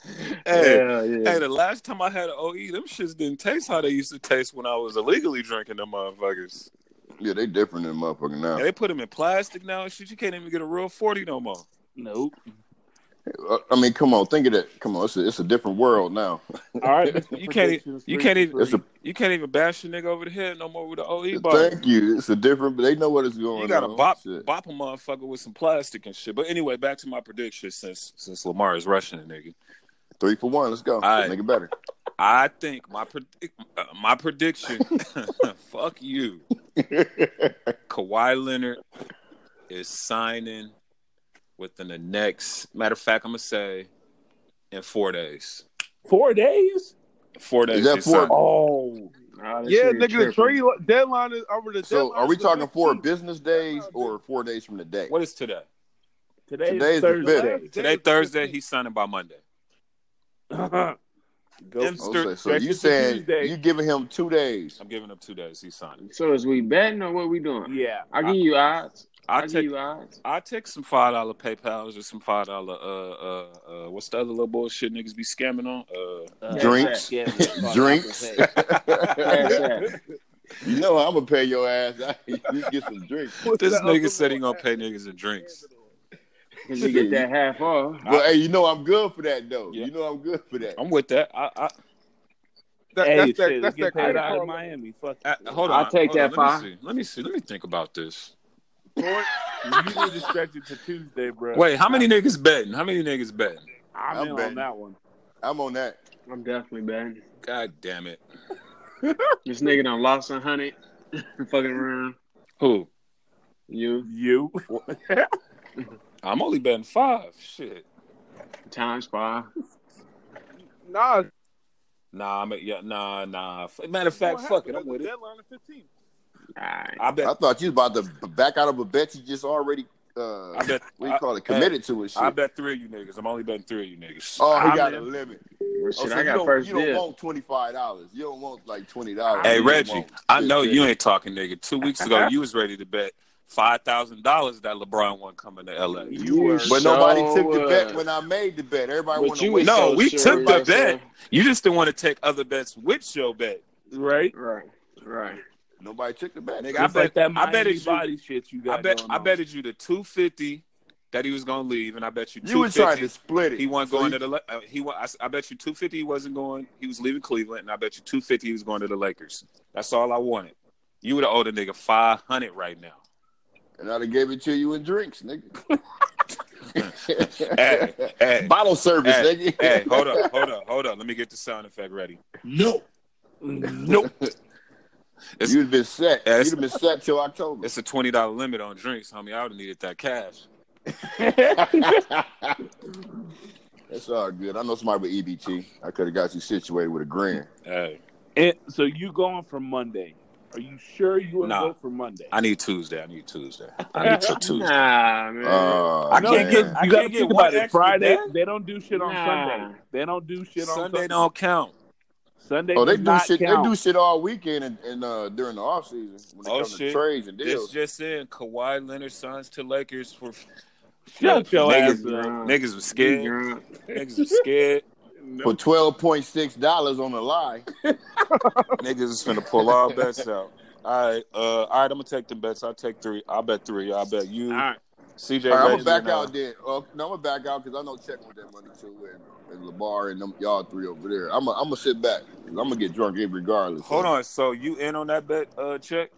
hey,
yeah, yeah.
hey, the last time I had an OE, them shits didn't taste how they used to taste when I was illegally drinking them motherfuckers.
Yeah, they different than motherfucking now.
And they put them in plastic now and shit. You can't even get a real 40 no more.
Nope.
Uh, I mean, come on, think of that. Come on, it's a, it's a different world now.
All right. Mr.
You can't- e-,
Predictions,
you
three
can't
for
even-
It's
three.
a
You can't even bash your nigga over the head no more with an OE bottle.
thank you. It's a different. They know what is going on.
You gotta bop
Shit.
bop a motherfucker with some plastic and shit. But anyway, back to my prediction since since Lamar is rushing a nigga.
Three for one. Let's go.
right.
Make it better.
I think my predic uh, my prediction. fuck you, Kawhi Leonard is signing within the next. Matter of fact, I'm gonna say in four days.
Four days?
Four days.
that
he's
four-
signing.
Oh.
Nah, this
Yeah,
nigga
nigga, the
tripping.
trade deadline is over the
So,
deadline
are we
is the
talking four
15th.
business days or four days from today?
What is today?
Today
Today's
is
the
The
Thursday.
last day
Today
is the
Thursday.
15th.
He's signing by Monday.
Go.
Okay, so
That's
you
just a
saying
Tuesday.
you giving him two days?
I'm giving him two days. He's signing.
So is we betting or what we doing?
Yeah.
I give you odds. I
I
give
take
you odds.
I take some five dollar PayPal's or some five dollar uh uh uh what's the other little bullshit niggas be scamming on? Uh
Uh,
Drinks.
yeah, yeah.
Drinks.
Cash app.
you know I'm gonna pay your ass. you get some drinks.
What's
this
the other
nigga said he
one?
gonna pay niggas and drinks.
Cause you get that half off.
Well, hey, you know I'm good for that though.
Yeah.
You know I'm good for that.
I'm with that. I, I,
That,
hey,
that's
shit,
that. That's
get
that.
paid
Chris
out of
Paul.
Miami. Fuck
I
it.
hold on.
I'll take
hold on, Let
that five.
me, see. let me see. Let me think about this.
Lord, you need to stretch it to Tuesday, bro.
Wait, how many niggas betting? How many niggas betting?
I'm,
I'm
in
betting.
on that one.
I'm on that.
I'm definitely betting.
God damn it.
This nigga done lost a hundred. Fucking around.
Who?
You
You
I'm only betting five. Shit.
times five.
Nah,
Nah, I'm a, yeah, nah, nah. F- Matter of fact,
what
fuck it.
happened?
I'm with
The
it.
Deadline is 15.
Alright.
I bet.
I thought you was about to back out of a bet you just already. Uh,
I bet.
what do you call it? Committed to it. Shit.
I bet three of you niggas. I'm only betting three of you niggas.
oh, he
I'm
got a
in.
limit.
Well,
Oh,
shit,
so
I
you
got
don't,
first
you don't
dibs.
want twenty five dollars. You don't want like twenty dollars.
Hey Reggie, I know you ain't talking, nigga. Two weeks ago, you was ready to bet five thousand dollars that LeBron wasn't coming to LA.
You were-
But
so,
nobody took the
uh,
bet when I made the bet. Everybody
But
wanted to
you was
wait.
No,
so
we
sure
took the
of yourself.
You just didn't want to take other bets with your bet.
right?
Right, right.
Nobody took the bet.
Nigga,
It's
I bet
like that
I
Miami
bet it's you.
body shit you got.
I bet
going
I
on.
betted you the two fifty that he was gonna leave, and I bet you
You
two
was trying to
fifty.
split it.
He wasn't
So
going
you-
to the. La- uh, He wa- I, s- I bet you two fifty. He wasn't going. He was leaving Cleveland, and I bet you two fifty. He was going to the Lakers. That's all I wanted. You would have owed a nigga five hundred right now.
and I'd have gave it to you in drinks,
Hey,
nigga.
hey,
Bottle service,
Hey,
nigga.
hey, hold up, hold up, hold up. Let me get the sound effect ready.
No. Nope.
It's-
You'd have been set.
Yeah, it's-
You'd have been set till October.
It's a twenty dollar limit on drinks, homie. I would have needed that cash.
That's all good. I know somebody with EBT. I could have got you situated with a grand.
Hey,
And so you going for Monday? Are you sure you want to
Nah.
go for Monday?
I need Tuesday. I need Tuesday. I need t- Tuesday.
Nah, man.
Oh,
I can't
man.
get- I
you got to
can't
think
get
about
one
it.
extra
Friday,
day?
they don't do shit on
Nah.
Sunday. They don't do shit on
Sunday
Sunday.
don't count.
Sunday
Oh, they
does
do
not
shit.
count.
They do shit all weekend and, and uh, during the off season when it
Oh,
comes
shit.
to trades and
This
deals.
just in: Kawhi Leonard signs to Lakers for
Shut your ass
niggas,
up.
niggas was scared. Niggas was scared.
for twelve point six dollars on the lie.
niggas is finna pull all bets out. All right, uh, all right. I'm gonna take the bets. I will take three. I bet three. I bet you,
All right.
CJ.
All right, I'm
Redden,
gonna back
and, uh,
out there. Uh, no, I'm gonna back out because I know Check with that money too, and, and Labar and them y'all three over there. I'm gonna I'm gonna sit back. 'cause I'm gonna get drunk regardless.
Hold on. So you in on that bet? Uh, check.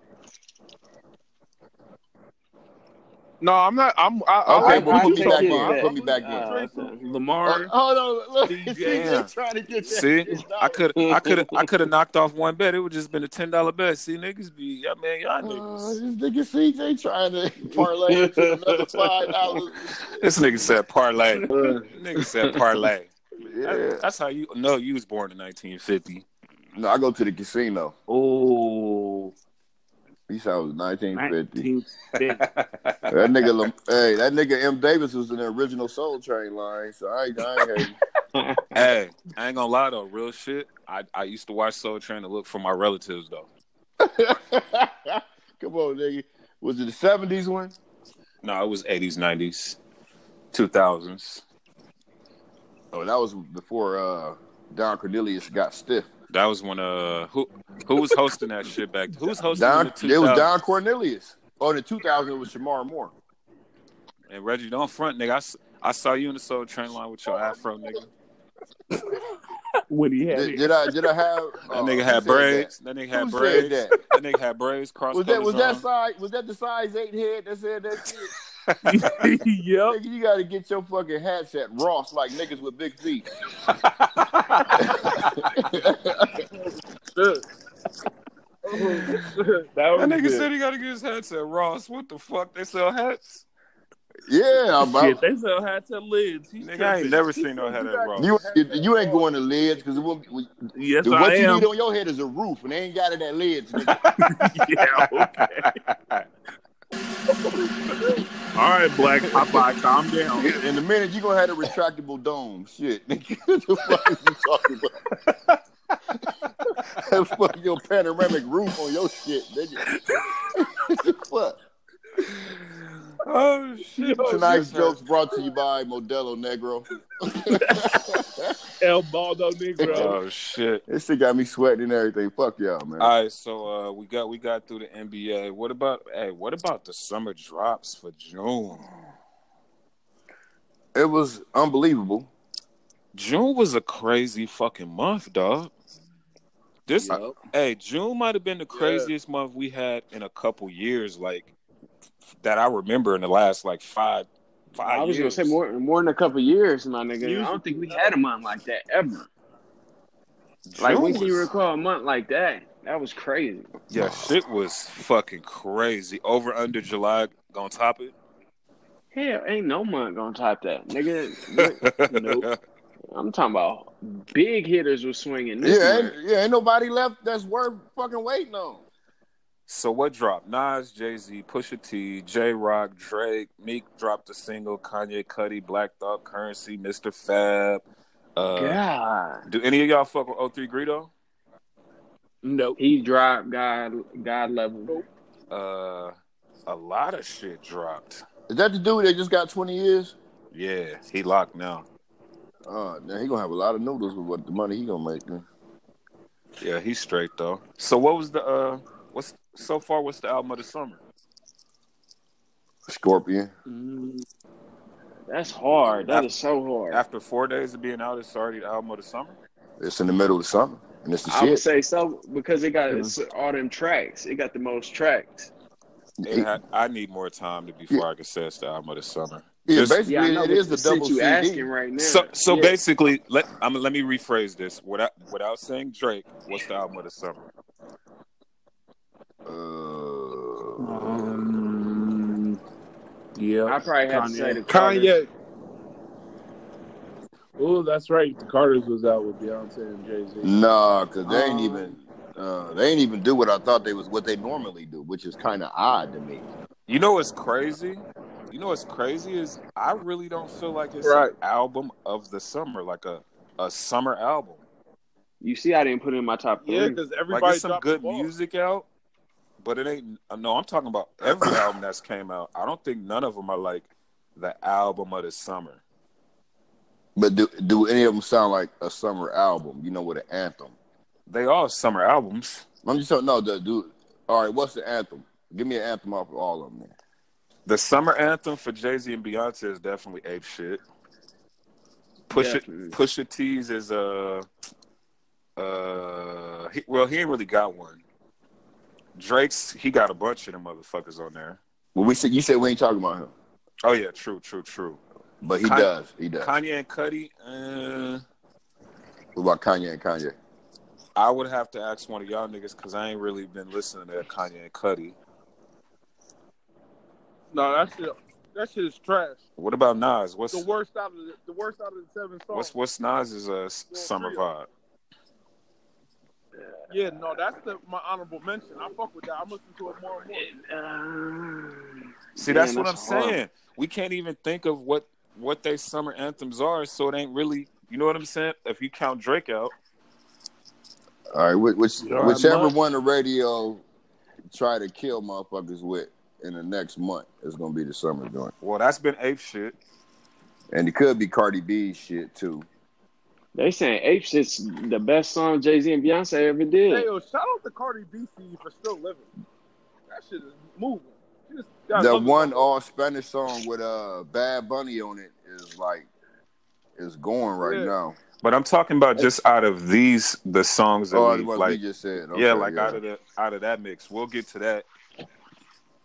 No, I'm not. I'm. I, I
Okay,
like
well,
what
put
you
me
talking
back in.
about.
Put me back in.
Uh, so
Uh,
Lamar.
hold on. Look,
DJ.
CJ trying to get that
See,
shit out.
I could, I could, I could have knocked off one bet. It would just been a ten dollar bet. See, niggas be, yeah, man, y'all
Uh,
niggas.
this nigga CJ trying to parlay into another five dollars.
This nigga said parlay. nigga said parlay.
Yeah.
That's how you know you was born in 1950.
No, I go to the casino.
Oh,
He said I was 1950.
1950.
that nigga, Lam- hey, that nigga M Davis was in the original Soul Train line. So I, ain't- I ain't hating.
hey, I ain't gonna lie though, real shit. I, I used to watch Soul Train to look for my relatives though.
Come on, nigga. Was it the seventies one?
No, it was 80s, 90s, 2000s.
Oh, that was before uh, Don Cornelius got stiff.
That was when uh who who was hosting that shit back? Who was hosting
Don,
in the
it was
2000s?
Don Cornelius. Oh, in the two thousand, it was Shamar Moore.
And Reggie, don't front, nigga. I s- I, saw you in the Soul Train line with your afro, nigga.
when he had
Did,
it.
did I? Did I have? oh,
That nigga had braids. That? nigga
That?
had
Who
braids.
said
That?
that?
nigga had braids. Cross
Was that was that
colors on.
size? Was that the size eight head that said that? Shit?
yep.
Nigga, you gotta get your fucking hats at Ross like niggas with big feet.
That was
That nigga
good.
said he gotta get his hats at Ross. What the fuck? They sell hats.
Yeah, I'm
Shit,
out.
they sell hats at lids. He's
Nigga, I ain't
tripping.
never seen no hat at Ross.
You, you ain't going to lids because it will be,
Yes,
what
I
you
am.
need on your head is a roof, and they ain't got it at lids. Nigga.
yeah, okay. All right, Black Popeye, calm down.
In a minute, you're gonna have a retractable dome. Shit, nigga, what the fuck is you talking about? fuck your panoramic roof on your shit, nigga. what?
Oh shit!
Tonight's jokes brought to you by Modelo Negro.
El Baldo Negro.
Oh shit!
This shit got me sweating and everything. Fuck y'all, man.
All right, so uh, we got we got through the NBA. What about hey? What about the summer drops for June?
it was unbelievable.
June was a crazy fucking month, dog. This
Yup.
hey, June might have been the craziest month we had in a couple years, like f- that I remember in the last like five five
I was gonna
years.
say more more than a couple years, my nigga.
You-
I don't think we had a month like that ever.
June
Like when can you
was-
recall a month like that? That was crazy.
Yeah, shit was fucking crazy. Over under July, gonna top it.
Hell, ain't no month gonna top that, nigga. look, Nope. I'm talking about big hitters were swinging. This
Yeah,
month.
ain't, yeah, ain't nobody left that's worth fucking waiting on.
So what dropped? Nas, Jay Z, Pusha T, J Rock, Drake, Meek dropped a single. Kanye, Cudi, Black Thought, Currency, Mr. Fab. Uh,
God,
Do any of y'all fuck with 03 Greedo?
Nope.
he dropped God God level.
Uh, a lot of shit dropped.
Is that the dude that just got 20 years?
Yeah, he locked now.
Uh, now he gonna have a lot of noodles with what the money he gonna make. Man.
Yeah, he's straight though. So what was the uh? What's so far? What's the album of the summer?
Scorpion.
Mm, that's hard. That is so hard.
After four days of being out, it's already the album of the summer.
It's in the middle of summer, and it's the
I would
shit.
say so because it got it's all them tracks. It got the most tracks.
It ha- I need more time to before I can say it's the album of the summer.
yeah,
just-
basically,
Yeah, I know
it is the
since
double
you
CD.
asking right now.
So, so
yeah.
basically, let I'm, let me rephrase this without without saying Drake. What's the album of the summer?
Uh,
Um,
I
yeah.
probably have to say the Carter.
Kanye.
Oh, that's right. The Carters was out with Beyonce and Jay Z.
nah, because they ain't
Um,
even uh, they ain't even do what I thought they was what they normally do, which is kind of odd to me.
You know what's crazy? You know what's crazy is I really don't feel like it's
Right.
an album of the summer, like a, a summer album.
You see, I didn't put it in my top three.
Yeah, because
Like
everybody
there's some
dropped the
good
ball.
music out, uh, but it ain't. No, I'm talking about every album that's came out. I don't think none of them are like the album of the summer.
But do do any of them sound like a summer album? You know, with an anthem.
They all summer albums.
I'm just saying, no, the dude. All right, what's the anthem? Give me an anthem off of all of them. Then.
The summer anthem for Jay Z and Beyonce is definitely ape shit. Push it, push it. T's is uh, uh, he, well, he ain't really got one. Drake's he got a bunch of them motherfuckers on there.
Well, we said you said we ain't talking about him,
Oh yeah, true, true, true.
but he
Kanye-
does. He does.
Kanye and Cudi, uh,
what about Kanye and Kanye?
I would have to ask one of y'all niggas because I ain't really been listening to Kanye and Cudi.
No, that shit, that shit is trash.
What about Nas? What's
The worst out of the, the worst out of the seven songs.
what's what's Nas's uh, s-
Well,
summer
three
vibe?
Yeah, no, that's the, my honorable mention. I fuck with that. I'm listening to it more and more.
See,
Man,
that's what I'm
that's hard.
saying. We can't even think of what what they summer anthems are, so it ain't really. You know what I'm saying? If you count Drake out,
All right, which, which
You all right,
whichever
Mark?
one the radio try to kill motherfuckers with in the next month is gonna be the summer joint,
well, that's been ape shit.
and it could be Cardi B's shit too.
They saying Ape Shit's the best song Jay Z and Beyonce ever
Hey,
did.
yo, shout out to Cardi B for you for still living. That shit is moving. She just- I
the
love it.
one all Spanish song with uh Bad Bunny on it is like is going right
Yeah.
now.
But I'm talking about just out of these the songs that
Oh,
we
the ones we
like.
just said.
yeah,
Okay,
like out of the out of that mix. We'll get to that.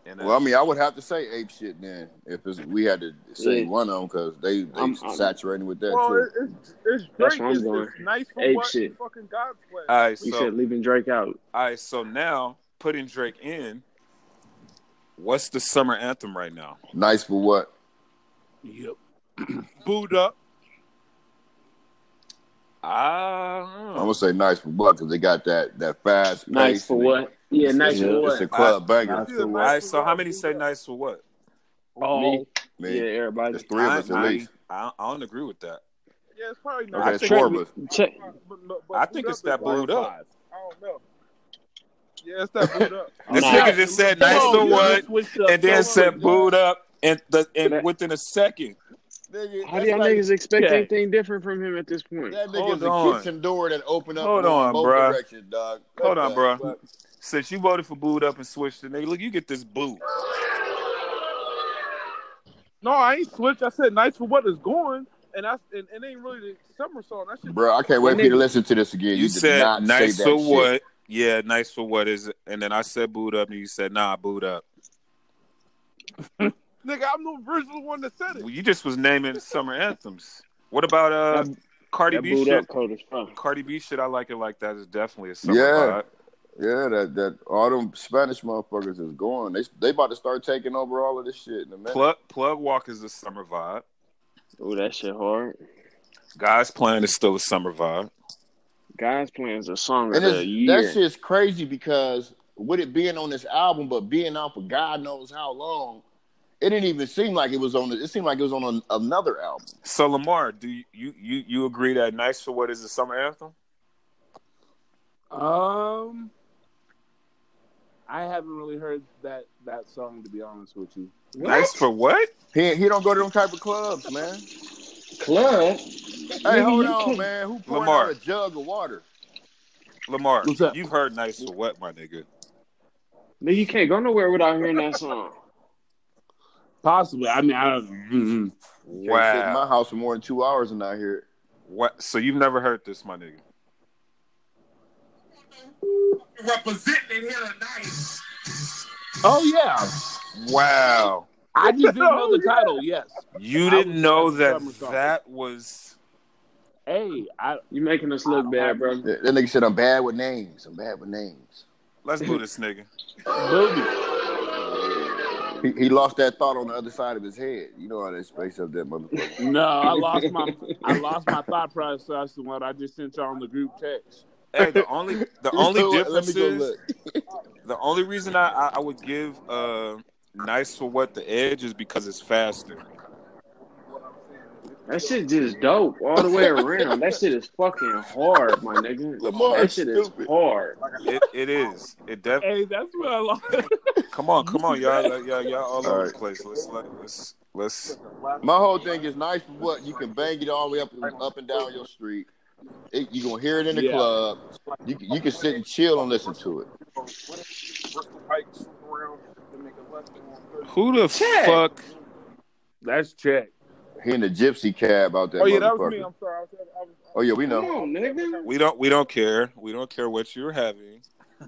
And uh,
Well, I mean, I would have to say ape shit then if it's, we had to say
Yeah.
one of them because they they
I'm- I'm-
saturating with that
Well,
too.
it, it's, it's Drake.
That's where I'm
it's,
going.
it's nice for
Ape
what
shit.
fucking God play.
all right,
You
so
said leaving Drake out.
all right, so now putting Drake in. What's the summer anthem right now?
Nice for what?
Yep.
Booed up.
I'm
Ah,
gonna say nice for what because they got that that fast.
Nice
pace
for
and it-
what? Yeah, nice
it's,
for
a, it's a
what?
club banger.
It's either
all
nice
right.
for
So
what
how
or
many
booed
say
up.
nice for what?
Oh,
Me?
Man,
Yeah, everybody.
it's three of
I-
us at
I-
least.
I, I don't agree with that.
Yeah, it's probably
Okay,
nice.
it's four of us.
Check.
But- but- but
I
Booed
think
Up
it's
is
that
like-
booed up.
I don't know. Yeah, it's that booed up.
This
Nah.
nigga just said
Come
nice
on,
to
oh, you done
what,
switched up
and then
so
said
much.
booed up, and the and
That-
within a second.
Nigga,
How
that's
do y'all
like-
niggas expect
Okay.
anything different from him at this point?
That
Hold
nigga's a
on.
kitchen door that opened up
Hold
in
on,
both
bruh.
directions, dog.
Hold on,
the
bruh.
fuck?
Since you voted for booed up and switched the nigga, look, you get this boo.
No, I ain't switched. I said nice for what is going, and that's and it ain't really the summer song. That shit.
Bro, I can't wait for you to listen to this again.
You,
You, did
said
not
nice
say that
for
shit.
what? Yeah, nice for what is it? And then I said booed up, and you said nah, booed up.
Nigga, I'm the original one that said it.
Well, you just was naming summer anthems. What about uh
That-
Cardi
That
B
boot
shit?
up cold as fuck.
Cardi B shit, I like it like that. Is definitely a summer
Yeah.
vibe.
Yeah, that that all them Spanish motherfuckers is going. They they about to start taking over all of this shit in a minute.
Plug plug walk is a summer vibe.
Oh, that shit hard.
Guys playing is still a summer vibe.
Guys playing a song of
and
the
it's, that
year.
shit's crazy because with it being on this album, but being out for God knows how long, it didn't even seem like it was on. It seemed like it was on an, another album.
So Lamar, do you, you you you agree that nice for what is a summer anthem?
Um, I haven't really heard that that song to be honest with you.
Nice for what?
He he don't go to them type of clubs, man.
Club.
Hey, hold on, man. Who pouring
Lamar.
out a jug of water?
Lamar,
What's up?
you've heard nice for what, my nigga?
Nigga, you can't go nowhere without hearing that song.
Possibly. I mean, I don't. mm
Can't sit in my
Wow.
house for more than two hours and not hear it.
What? So you've never heard this, my nigga?
Oh yeah,
Wow.
I just didn't know the title. Yes.
You
I
didn't
was-
know
that's
that
summer song.
that was
Hey, I
You making us look bad, bro.
That, that nigga said I'm bad with names. I'm bad with names.
Let's do this, nigga.
booby.
He, he lost that thought on the other side of his head. You know how that space up that motherfucker.
No, I lost my I lost my thought process in what I just sent y'all in the group text.
Hey, the only the only
You know what?
difference
Let me
is
go look.
the only reason I I, I would give uh nice for what the edge is because it's faster.
That shit just dope all the way around. that shit is fucking hard, my nigga.
Lamar
that
is
shit
stupid.
is hard.
It, it is. It definitely.
Hey, that's what I lost.
Come on, come on, y'all, y'all, y'all, y'all all over
All right.
the place. Let's let, let's let's.
My whole thing is nice for what you can bang it all the way up and up and down your street. It, you gonna hear it in the
Yeah.
club. You can- you can sit and chill and listen to it.
Who the fuck?
That's check.
He in the gypsy cab out there.
Oh yeah, that was
motherfucker.
me. I'm sorry. I was, I was,
Oh yeah, we
Come
know.
on, nigga.
We don't we don't care. We don't care what you're having.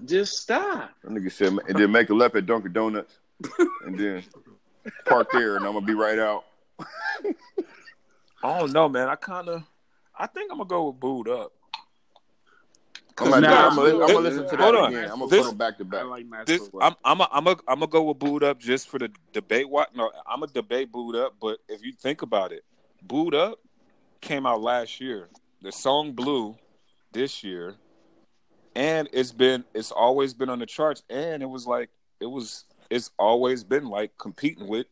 Just stop.
That nigga said, and then make a left at Dunkin' Donuts, and then park there, and I'm gonna be right out.
I don't know, man. I kind of. I think I'm gonna go with booed up.
I'm gonna,
Nah,
I'm gonna, I'm gonna listen to that
hold on.
again. I'm gonna
This-
put them back to
I
back.
like nice
This
for what-
I'm I'm a, I'm a, I'm gonna go with booed up just for the debate. What? No, I'm a debate booed up. But if you think about it, booed up came out last year. The song blew this year, and it's been it's always been on the charts. And it was like it was it's always been like competing with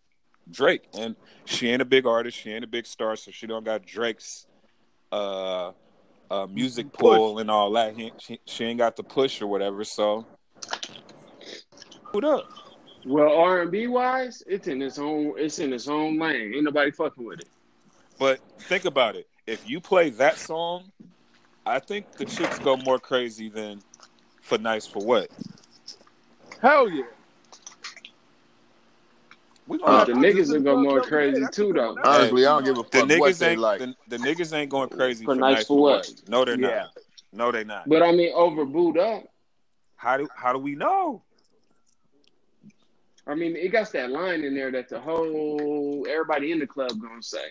Drake. And she ain't a big artist. She ain't a big star, so she don't got Drake's uh, uh music pull and all that. He- She, she ain't got the push or whatever. So. Booed up.
Well, R and B wise, it's in its own. It's in its own lane. Ain't nobody fucking with it.
But think about it. If you play that song, I think the chicks go more crazy than for nice for what.
hell yeah.
We
But
gonna,
the
I was
niggas
just
are
in the
gonna more
club the other day.
crazy
That's
too,
a good
though.
one. That's
Honestly, I don't give a
the
fuck what
niggas
they
ain't
like.
the, the niggas ain't going crazy
For
for, nice for what. No, they're
Yeah.
not. No, they not.
But I mean, over booed up.
How do how do we know?
I mean, it got that line in there that the whole everybody in the club gonna say.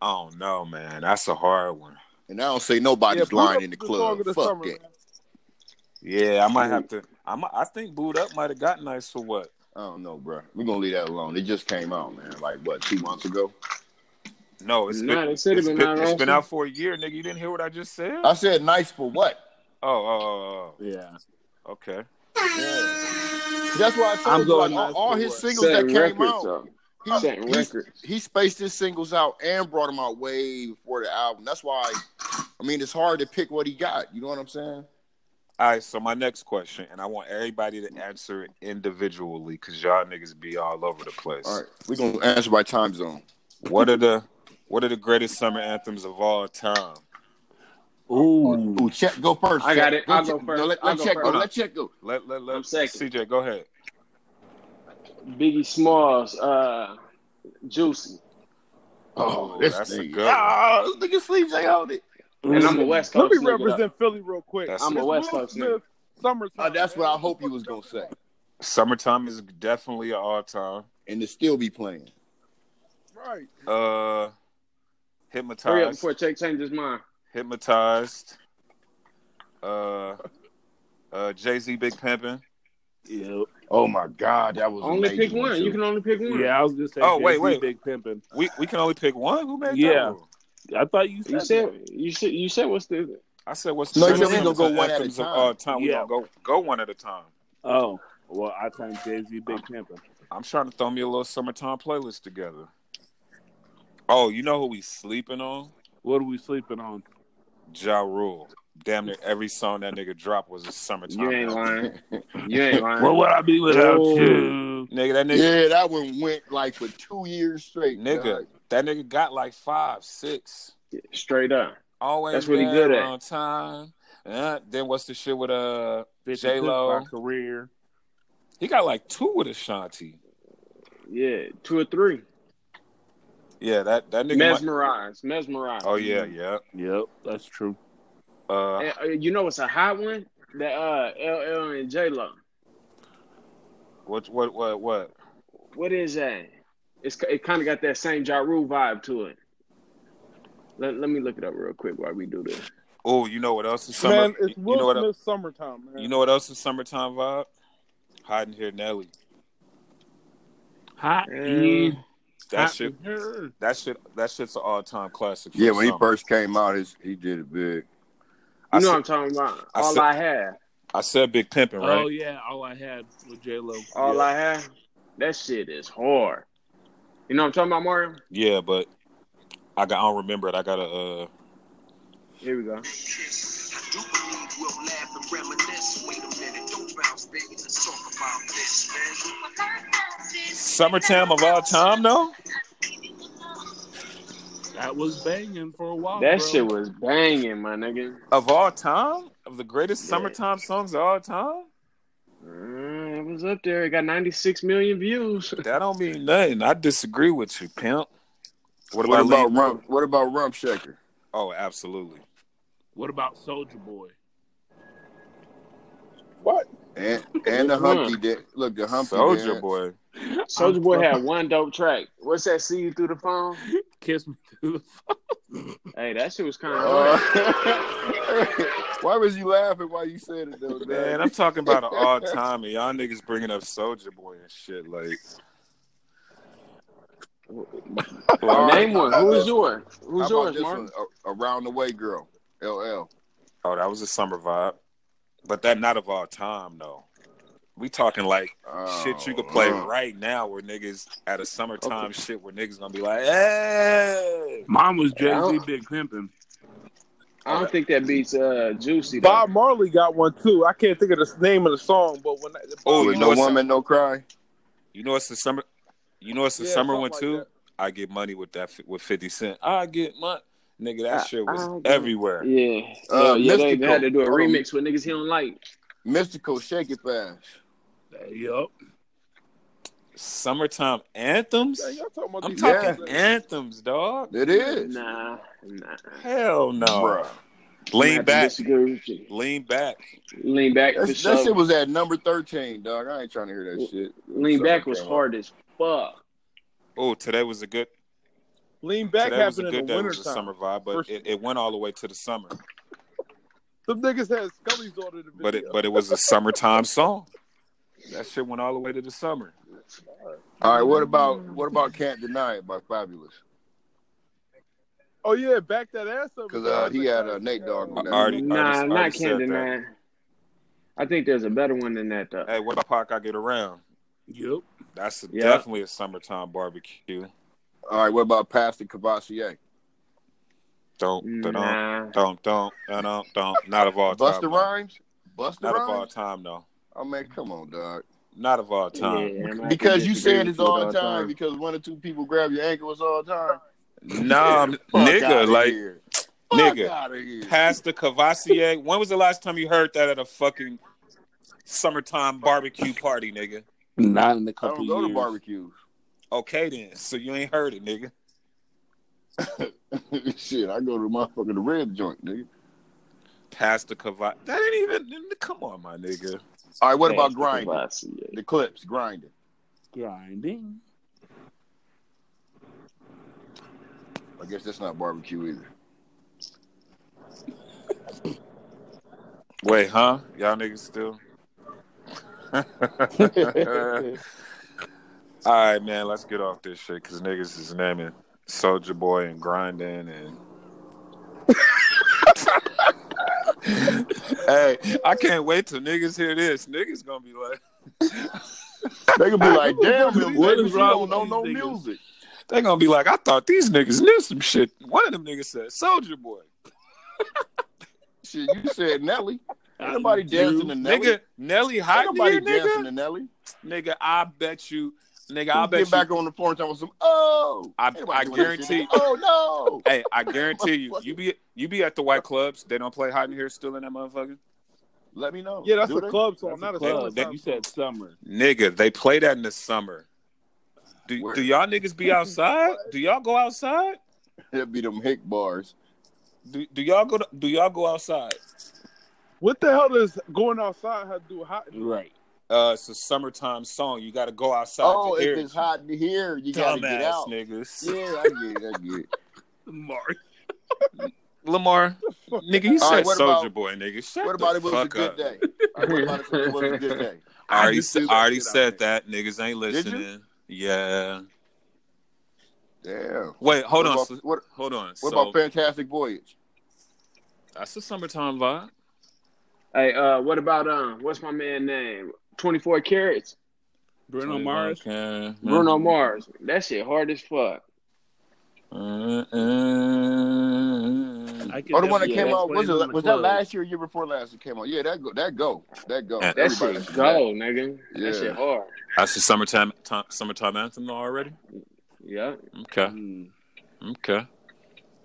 Oh no, man, that's a hard one.
And I don't say
Yeah,
nobody's
Blue
lying
Note
in the
was song
club.
of the
Fuck
summer,
that.
man.
Yeah, I might have to. I might, I think Boot Up might have got nice for what.
I don't know, bro. We're gonna leave that alone. It just came out, man. Like what, two months ago?
No, it's
Nah,
been,
they
it's
said it
been,
been out
it's been
also.
out for a year, nigga. You didn't hear what I just said?
I said nice for what?
oh, oh, oh,
Yeah.
oh, okay.
That's why I told
I'm
you
going
like,
nice
all, all
for
his
what?
singles that
Setting
came
records
out.
up.
he-
Setting
he's-
records.
he spaced his singles out and brought them out way before the album. That's why, I mean, it's hard to pick what he got. You know what I'm saying?
All right, so my next question, and I want everybody to answer it individually because y'all niggas be all over the place.
All right, we're gonna answer by time zone.
What are the what are the greatest summer anthems of all time?
Ooh.
Ooh, check go first.
I got
Chet.
it. I'll
Chet-
go first.
No, let,
I'll
let
go
check
first.
go. Let check go.
Let let let
I'm second.
CJ go ahead.
Biggie Smalls, uh, Juicy,
Oh,
Ooh,
this
that's a
nigga. Ah,
good one.
and I'm a West
Let
Coast
me
nigga. though.
represent Philly real quick.
That's
I'm a
it.
It's
West
Will
Coast nigga.
Smith, summertime.
Oh, that's what
man.
I hope he was gonna say,
Summertime is definitely an all time.
and to still be playing.
Right.
Uh,
Hurry up
hypnotized,
before Check changes mind.
hypnotized. Uh, uh, Jay Z, Big Pimpin.
Yep.
Oh my God, that was
Only
amazing
pick one.
too.
You can only pick one.
Yeah, I was just saying.
Oh, wait, wait.
Big pimping.
We we can only pick one. Who made
Yeah.
that rule?
I thought you said.
You
that.
said you said you said what's the
I said, what's the
No,
greatest
you said we gonna go
summertime
one at a
anthems of
time.
all time? We
Yeah.
gonna go go one at a time.
Oh, well, I think Jay Z Big pimping.
I'm trying to throw me a little summertime playlist together. Oh, you know who we sleeping on?
What are we sleeping on?
Ja Rule. Damn near every song that nigga dropped was a summertime.
you ain't
anthem.
lying. You ain't lying.
What would I be without you?
Nigga, that nigga,
Yeah, that one went like for two years straight.
nigga,
dog.
that nigga got like five, six.
Straight up.
Always
That's what he
there
good at.
on time. Uh, then what's the shit with uh?
This is
J-Lo.
my career.
He got like two with Ashanti.
Yeah, two or three.
Yeah, that that nigga. might-
Mesmerize, mesmerize.
oh yeah, yeah.
Yep, that's true.
Uh,
And, uh, you know it's a hot one. That uh, LL and J Lo.
what what what what?
What is that? It's it kind of got that same Ja Rule vibe to it. Let, let me look it up real quick while we do this.
Oh, you know what else is summer?
Man, it's
you
Will
know what?
Smith summertime, man.
You know what else is summertime vibe? Hiding here, Nelly.
Hot.
Mm.
That shit. That shit. That shit's an all-time classic. for
Yeah,
the
when he
summer.
first came out, his, he did it big.
I
You
said-
know what I'm talking about.
I
All
said-
I have.
I said Big Pimpin', right?
Oh yeah, all I had was J Lo.
All I have. That shit is hard. You know what I'm talking about, Mario?
Yeah, but I got I don't remember it. I gotta uh
Here we go.
I do believe we'll laugh and reminisce. Wait a minute, don't bounce, baby. Let's talk about this, man.
summertime of all time though?
That was banging for a while.
That
Oh, bro.
shit was banging, my nigga.
Of all time? Of the greatest summertime songs of all time?
Mm, it was up there. It got 96 million views.
That don't mean nothing. I disagree with you, pimp. What
What
about,
about
Lean-
rump? What about rump shaker?
Oh, absolutely.
What about Soldier Boy?
What?
And and the Humpty Dance. Look, the Humpty
Hmm. Soldier
Dance.
boy.
Soldier Boy had one dope track. What's that? See you through the phone.
Kiss me through the
Hey, that shit was kind of.
Uh, why was you laughing while you said it though,
Man, I'm talking about an all time and y'all niggas bringing up Soldier Boy and shit. Like
All right,
Name one.
how about
Who's
this
yours?
How
Who's
about
yours,
this
Mark?
one? A- Around the way, girl. LL.
Oh, that was a summer vibe. But that not of all time though. We talking like
Oh,
shit you could play
uh,
right now where niggas at a summertime shit where niggas gonna be like, hey.
Mine was Jay Z
Yeah.
Big Pimpin.
I don't think that beats uh, Juicy. Though.
Bob Marley got one too. I can't think of the name of the song, but when I, Bob
Oh, you
With
know
no
what's-
woman, no cry.
You know it's the summer. You know it's the
Yeah,
summer
something
one
like
too.
that.
I get money with that fi- with Fifty Cent. I get money, nigga. That
I-
shit was
I get-
everywhere.
Yeah,
Uh,
Hell yeah, they, they
Mystical.
had to do a
Hold on.
remix with niggas he don't like.
Mystical, shake it fast.
Yup.
Summertime anthems.
Yeah, y'all talking about
I'm
these-
talking
Yeah.
anthems, dog.
It is.
Nah, nah.
Hell no.
Bruh.
I
Lean
have to
back.
disagree with you.
Lean back.
Lean back
That's-
for
that
sure.
shit was at number 13, dog. I ain't trying to hear that shit.
Lean
Sorry,
back was
Kayla.
hard as fuck.
Oh, today was a good.
Lean Back
today was a
happened in
good
the
day. It
winter
was a summer
time.
vibe, but
First-
it, it went all the way to the summer.
Some niggas had Scully's daughter to uh,
But it but it was a summertime song. That shit went all the way to the summer.
All right, what about what about Can't Deny It by Fabulous?
Oh yeah, back that ass up.
Because uh, he had uh, Nate Dogg on
I
that.
already-
Nah,
already
not
said
can't
that.
deny. I think there's a better one than that though.
Hey, what about Pac? I get around.
Yup.
That's a-
Yeah.
definitely a summertime barbecue.
All right, what about Pastor Cavassier?
Mm-hmm.
Don't don't
Nah,
don't don't don't don't not of all time.
Buster
no.
Rhymes? Buster
Not of all
Rhymes?
time, no.
Oh, man, come on, dog.
Not of all time.
Yeah, man, I
Because
can
you
disagree
said
with
it's
you
all
about
time, because one or two people grab your ankle, it's all time.
Nah,
Fuck
nigga,
outta
like
here. Fuck
nigga.
outta here.
Pastor Cavassier. When was the last time you heard that at a fucking summertime barbecue party, nigga?
Not in a
I
couple
don't go
years.
to barbecues.
Okay then. So you ain't heard it, nigga.
Shit, I go to motherfucking the rib joint, nigga.
Pastor Cavassier. That ain't even come on, my nigga.
All right, what
Pastor
about grinding?
Cavassier.
The clips, grinding.
Grinding.
I guess that's not barbecue either.
Wait, huh? Y'all niggas still? All right, man, let's get off this shit because niggas is naming Soldier Boy and grinding and. hey, I can't wait till niggas hear this. Niggas gonna be like,
They could be like, damn, Mills,
What
baby,
is
you
wrong
don't know
with
no
these niggas?
music.
they gonna be like, I thought these niggas knew some shit. One of them niggas said Soldier Boy.
Shit, you said Nelly. Anybody dancing to Nelly?
Nigga, Nelly hot
Ain't nobody
here,
dancing
nigga.
to Nelly.
Nigga, I bet you, nigga, I
I'll
bet
get
you.
back on the floor and talk about some. Oh,
I-
Ain't
I
nobody doing that shit.
guarantee-
Oh no.
Hey, I guarantee you, you be you be at the white clubs. They don't play hot in here still in that motherfucker.
Let me know.
Yeah, that's
Do
a
they?
club song,
That's
not
a
a
club.
summertime
That you said summer.
Nigga, they play that in the summer. Do,
Where?
do y'all niggas be outside? Do y'all go outside?
It'd be them hick bars.
Do, do y'all go to, do y'all go outside?
song. What the hell does going outside have to do with hot?
Right.
Uh, it's a summertime song. You got to go outside
Oh,
to
if
hear
it's
it.
hot in here, you gotta get
Dumbass
out.
niggas.
Yeah, I get it. I get it.
Mark.
Lamar, nigga, you
All
said
right, what about-
Soldier Boy, nigga. Shut
What about
the
it was a
fuck
good
up.
day? All right, what about if it was a good day?
I
I
already,
just
said,
threw that
I already
shit out
said that. Niggas ain't
Did you?
listening. Yeah.
Damn.
Wait, hold
what
on.
About,
so-
what
hold on.
what
so
about Fantastic Voyage?
that's a summertime vibe.
uh, Hey, uh, what about um, what's my man name? Twenty four carats.
Bruno
Twenty-one
Mars.
Can,
Bruno Mars. That shit hard as fuck.
Uh,
I can
Oh, the one that
definitely
came
play
out was
in
it,
the
was that
club.
last year, or year before last? It came out. Yeah, that go, that go, that go.
That
That
Everybody
shit
listen to
go, nigga.
Yeah.
That shit hard.
that's the summertime time, summertime anthem already.
Yeah.
Okay,
Mm.
okay.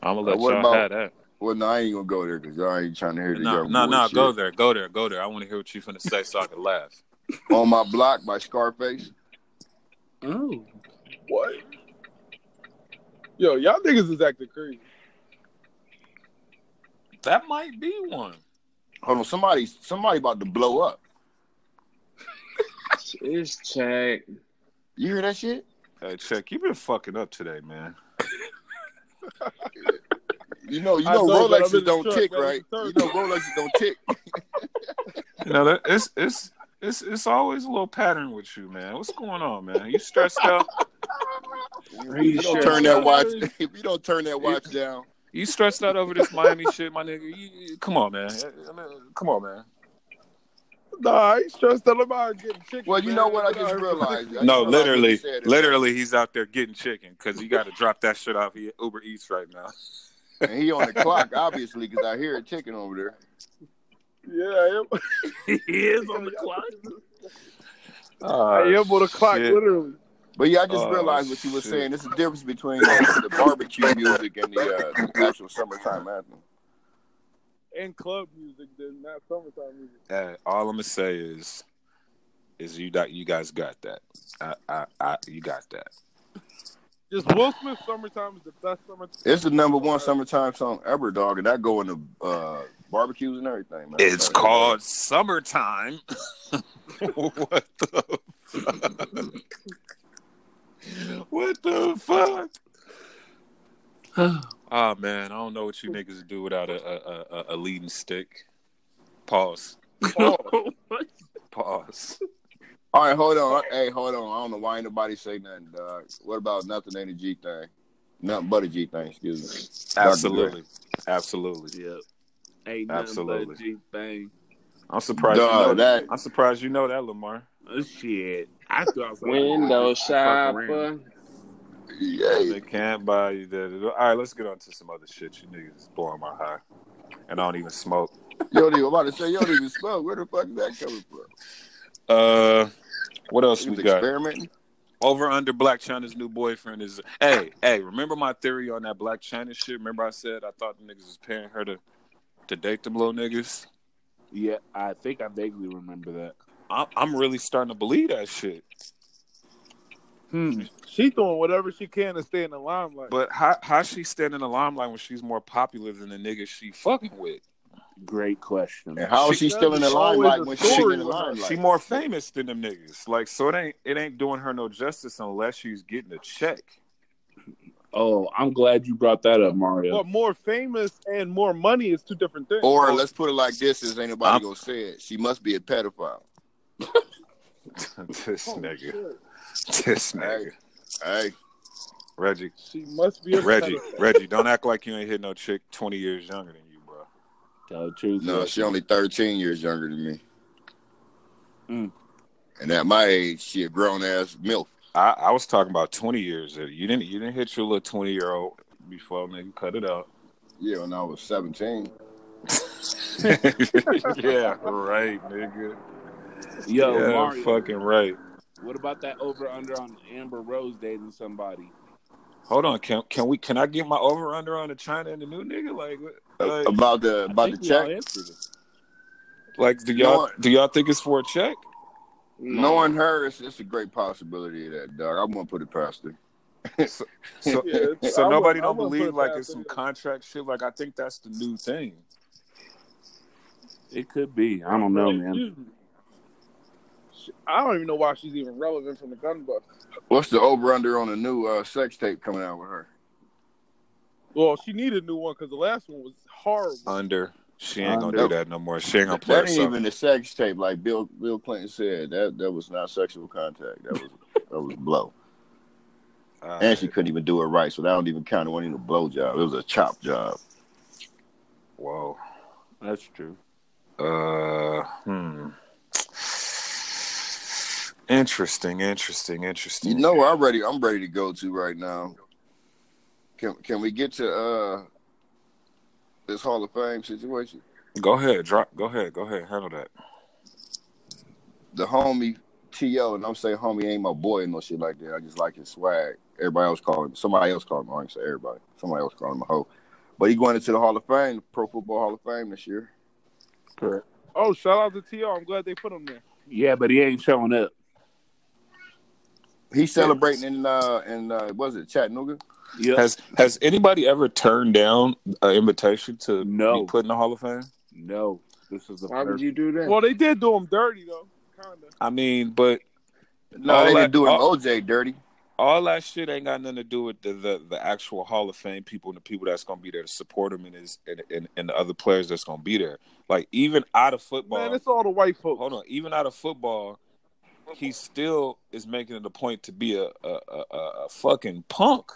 I'm gonna
Uh,
let
what
y'all
about-
have that.
Well, no, I ain't gonna go there because y'all ain't trying to hear the
No,
young
no,
boy
no.
shit.
Go there, go there, go there. I want to hear what you finna say so I can laugh.
on my block by Scarface.
Oh,
What? Yo, y'all niggas is acting crazy.
That might be one.
Hold on, somebody, somebody about to blow up.
It's check.
You hear that shit?
Hey, check. You've been fucking up today, man.
You know, you
I
know,
know, but I'm in
Rolexes
the
don't
truck,
tick,
man.
right?
It's a
You
Thursday.
know, Rolexes don't tick.
You know, that, it's it's it's it's always a little pattern with you, man. What's going on, man? You stressed out?
If you don't turn that watch, if you don't turn that watch down,
You stressed out over this Miami shit, my nigga? You, you- come on, man. I mean, come on, man.
Nah, I ain't stressed out about getting chicken.
well, you
man.
know what? I
Get out
just
here.
realized. I just
No,
realized what you
literally,
said.
literally, he's out there getting chicken because you got to drop that shit off. He Uber Eats right now.
And he on the clock, obviously, because I hear it ticking over there.
Yeah, I am.
he is on the clock.
I am on the clock,
Ah, shit.
literally.
But yeah, I just
Oh,
realized what you were
shit.
saying. There's a difference between uh, the, the barbecue music and the, uh, the actual summertime anthem.
And club music, then not summertime music.
Hey, all I'm gonna say is, is you got you guys got that. I, I, I you got that.
Just Will Smith summertime is the best summertime.
It's the number one summertime song ever, dog, and that go in the uh, barbecues and everything, man.
It's
Sorry.
called summertime. what the fuck? what the fuck? Ah man, I don't know what you niggas do without a a, a, a leading stick. Pause.
What?
Pause.
All right, hold on. Hey, hold on. I don't know why ain't nobody say nothing, dog. What about nothing ain't a G thing? Nothing but a G thing, excuse me.
Absolutely. Absolutely.
Yep. Ain't nothing but
Absolutely.
a G thing.
I'm surprised
Duh,
you know that.
that-
I'm surprised you know that, Lamar.
Oh, shit. I thought I was like,
Window
I fuck around.
shopper.
Yeah.
They can't buy you that. All right, let's get on to some other shit. You niggas is blowing my high. And I don't even smoke.
You don't even about to say you don't even smoke. Where the fuck is that coming from?
Uh what else
You
we
was
got?
experimenting?
Over under Black China's new boyfriend is hey, hey, remember my theory on that Black China shit? Remember I said I thought the niggas was paying her to to date them little niggas?
Yeah, I think I vaguely remember that.
I'm I'm really starting to believe that shit.
Hmm.
She doing whatever she can to stay in the limelight.
But how how she stand in the limelight when she's more popular than the niggas she fucking with?
Great question.
And how is she,
She-
still in the
there's always
limelight
a
when she's in
story
the
with her.
limelight?
She more famous than them niggas. Like so it ain't it ain't doing her no justice unless she's getting a check.
Oh, I'm glad you brought that up, Mario.
But more famous and more money is two different things.
or let's put it like this: since ain't nobody
I'm-
gonna say it, she must be a pedophile.
this
Oh,
nigga. This nigga.
Hey,
Reggie.
she must be a
Reggie.
pedophile.
Reggie, don't act like you ain't hit no chick twenty years younger than you, bro.
Tell the truth.
No, she only 13 years younger than me.
Mm.
And at my age, she a grown ass MILF.
I, I was talking about twenty years. Uh, You didn't you didn't hit your little twenty year old before nigga cut it out.
Yeah, when I was 17.
yeah, right, nigga.
Yo,
yeah,
Mario,
fucking right.
what about that over under on Amber Rose dating somebody?
Hold on, can can we can I get my over under on the China and the new nigga? Like, what-
Uh,
like,
About the
I
about the
think we all
check.
answered it.
like do
You know
y'all
what?
do y'all think it's for a check?
Knowing her, it's, it's a great possibility of that, dog. I wouldn't put it past her.
So, so,
Yeah, it's-
so nobody
I wouldn't- I
don't
wouldn't put
believe
it
like
past
it's some
anybody.
contract shit. Like I think that's the new thing.
It could be. I don't know, man.
She- I don't even know why she's even relevant from the gun bust.
What's the over under on the new uh, sex tape coming out with her?
Well, she needed a new one because the last one was horrible.
Under she ain't gonna
Under.
do that no more. She ain't gonna
That
play
ain't
herself.
even a sex tape, like Bill Bill Clinton said. That that was not sexual contact. That was that was a blow.
All
And she
right.
couldn't even do it right, so that don't even count. It wasn't even a blow job. It was a chop job.
Whoa.
That's true.
Uh, hmm. Interesting, interesting, interesting.
You know where I'm ready. I'm ready to go to right now. Can can we get to uh this Hall of Fame situation?
Go ahead, drop. Go ahead, go ahead. Handle that.
The homie T.O. and I'm saying homie ain't my boy and no shit like that. I just like his swag. Everybody else call him. Somebody else called him. I ain't say everybody. Somebody else called him a hoe. But he going into the Hall of Fame, the Pro Football Hall of Fame this year.
Oh, shout out to T.R. I'm glad they put him there.
Yeah, but he ain't showing up.
He's celebrating in uh in uh was it Chattanooga?
Yep.
Has Has anybody ever turned down an invitation to
No.
be put in the Hall of Fame?
No, this is the
Why would
first.
you do that?
Well, they did do him dirty though, kinda.
I mean, but
No,
All
they
that- Oh.
didn't do him
all-
OJ dirty.
all that shit ain't got nothing to do with the, the, the actual Hall of Fame people and the people that's gonna be there to support him and his and, and, and the other players that's gonna be there. Like even out of football,
Man, it's all the white folks.
hold on, even out of football, he still is making it a point to be a a, a, a- a fucking punk.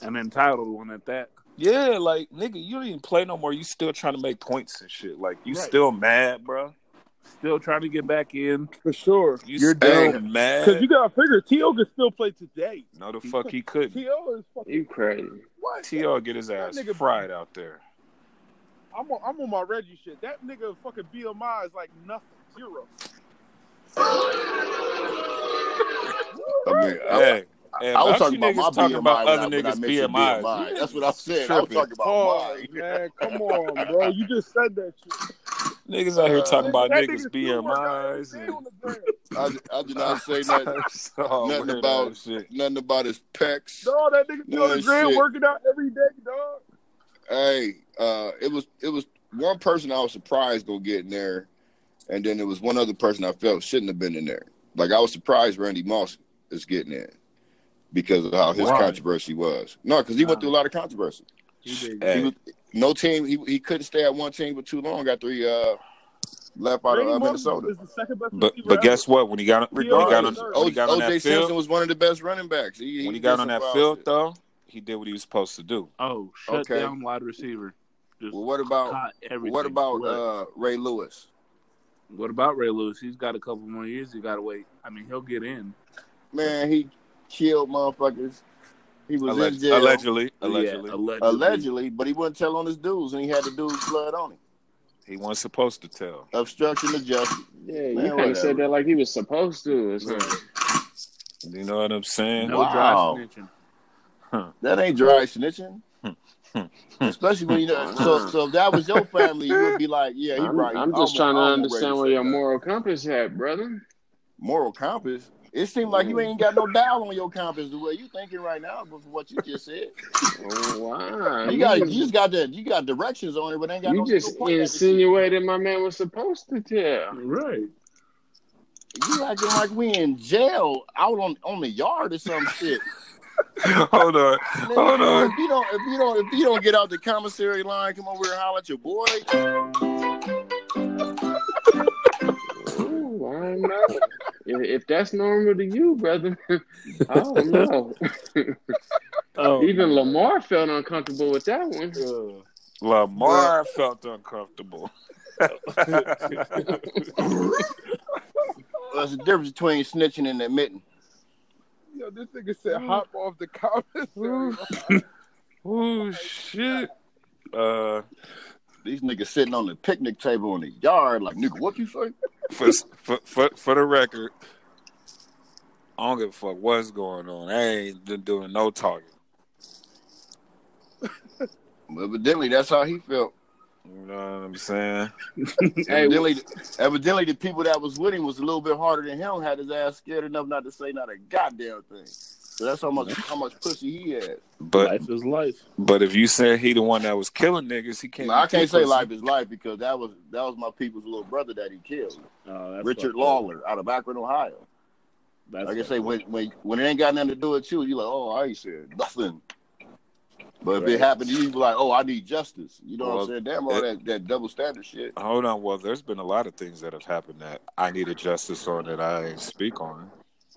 An entitled one at that.
Yeah, like nigga, you don't even play no more. You still trying to make points and shit. Like you
Right.
still mad, bro.
Still trying to get back in.
For sure.
You
You're
still
dead.
Because
mad.
you gotta figure T.O. can still play today.
no, the fuck he couldn't.
T.O. is fucking
You crazy.
what?
T.R. get his ass
nigga-
fried out there.
I'm on, I'm on my Reggie shit. That nigga fucking BMI is like nothing. Zero.
I mean, I,
Hey, hey,
I was
about
talking
you
about
niggas
my
talking about
BMI when
other
I- when I
niggas'
mentioned
BMIs.
BMI.
You
That's
niggas
what I
is
said. I was
tripping.
talking about
Oh,
mine.
man, come on, bro. You just said that shit.
Niggas out here talking about
that
niggas'
still work out every
BMIs.
day on
And...
the ground.
I, I did not say nothing,
Oh,
Nothing
weird
about-
ass shit.
nothing about his pecs.
Dog, that nigga be on the
Man,
ground
shit.
working out every day, dog.
Hey, uh, it was it was one person I was surprised go getting there, and then there was one other person I felt shouldn't have been in there. Like I was surprised Randy Moss is getting in because of how his
Why?
controversy was. No, because he went through a lot of controversy. He
Hey,
was, no team, he, he couldn't stay at one team for too long. Got three uh, left out
Randy
of uh,
Moss
Minnesota.
is the second best
but
receiver
but guess
ever.
what? When he got when he got on
Regardless,
when he got on
OJ
that
Simpson
field,
was one of the best running backs. He,
when he
did
got
some
on that
wild
field
shit.
though, he did what he was supposed to do.
Oh, shut
Okay.
down wide receiver. Just
Well, what about
caught everything.
what about
What?
uh, Ray Lewis?
What about Ray Lewis? He's got a couple more years. He got to wait. I mean, he'll get in.
Man, he killed motherfuckers. He was in
Alleg-
jail allegedly.
allegedly, allegedly,
Yeah, allegedly.
but he wouldn't tell on his dudes, and he had the dudes blood on him.
he wasn't supposed to tell.
Obstruction of justice.
Yeah, you
Man,
kind
whatever.
of said that like he was supposed to or something.
You know what I'm saying?
No
Wow.
dry snitching.
That ain't dry snitching.
hmm,
Especially when you know. So, so if that was your family, you would be like, yeah, he
I'm,
right.
I'm
Almost-
just trying to
almost
understand
ready
where
say
your
that.
moral compass at, brother.
moral compass. It seems like you ain't got no dial on your compass the way you thinking right now, but for what you just said.
Oh, wow.
You got you just got that you got directions on it, but ain't got
you
no
just
no point at this shit.
insinuated my man was supposed to tell.
Right.
You acting like we in jail out on, on the yard or some shit.
Hold on,
Nigga,
hold on.
If you don't if you don't if you don't get out the commissary line, come over here and holler at your boy.
Ooh, I don't know. if, if that's normal to you, brother, I don't know.
Oh,
Even Lamar felt uncomfortable with that one.
uh,
Lamar felt uncomfortable.
There's a difference between snitching and admitting.
Yo, this nigga said hop off the commissary.
oh shit. Uh,
These niggas sitting on the picnic table in the yard, like nigga, what you say?
for, for for for the record, I don't give a fuck what's going on. I ain't been doing no talking.
Evidently, that's how he felt.
You know what I'm saying?
Hey,
Evidently, evidently, the people that was with him was a little bit harder than him. Had his ass scared enough not to say not a goddamn thing. So that's how much how much pussy he had.
But
life is life.
but if you said he the one that was killing niggas, he can't.
Now, I
be too
can't say
pussy.
life is life because that was that was my people's little brother that he killed,
Oh, that's
Richard
fucked up.
Lawler, out of Akron, Ohio.
That's
Like I
fucked
say,
up.
when when when it ain't got nothing to do with you, you like, oh, I ain't said nothing. But if
Right.
it happened to you, you be like, oh, I need justice. You know what
Well,
I'm saying? Damn all
it-
that, that double standard shit.
Hold on. Well, there's been a lot of things that have happened that I needed justice on that I ain't speak on.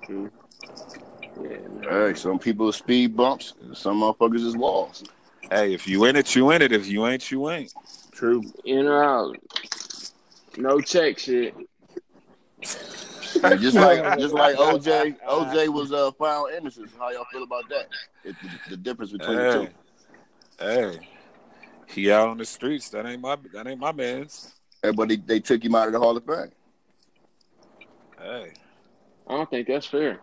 yeah,
Hey, some people are speed bumps, some motherfuckers is walls.
Hey, if you in it, you in it. If you ain't, you ain't.
True.
in or out. No check shit.
And just like just like OJ, OJ was uh, found innocent. How y'all feel about that? It, the, the difference between the
Hey,
two.
hey, he out on the streets. That ain't my that ain't my man's.
Everybody they took him out of the Hall of Fame.
Hey,
I don't think that's fair.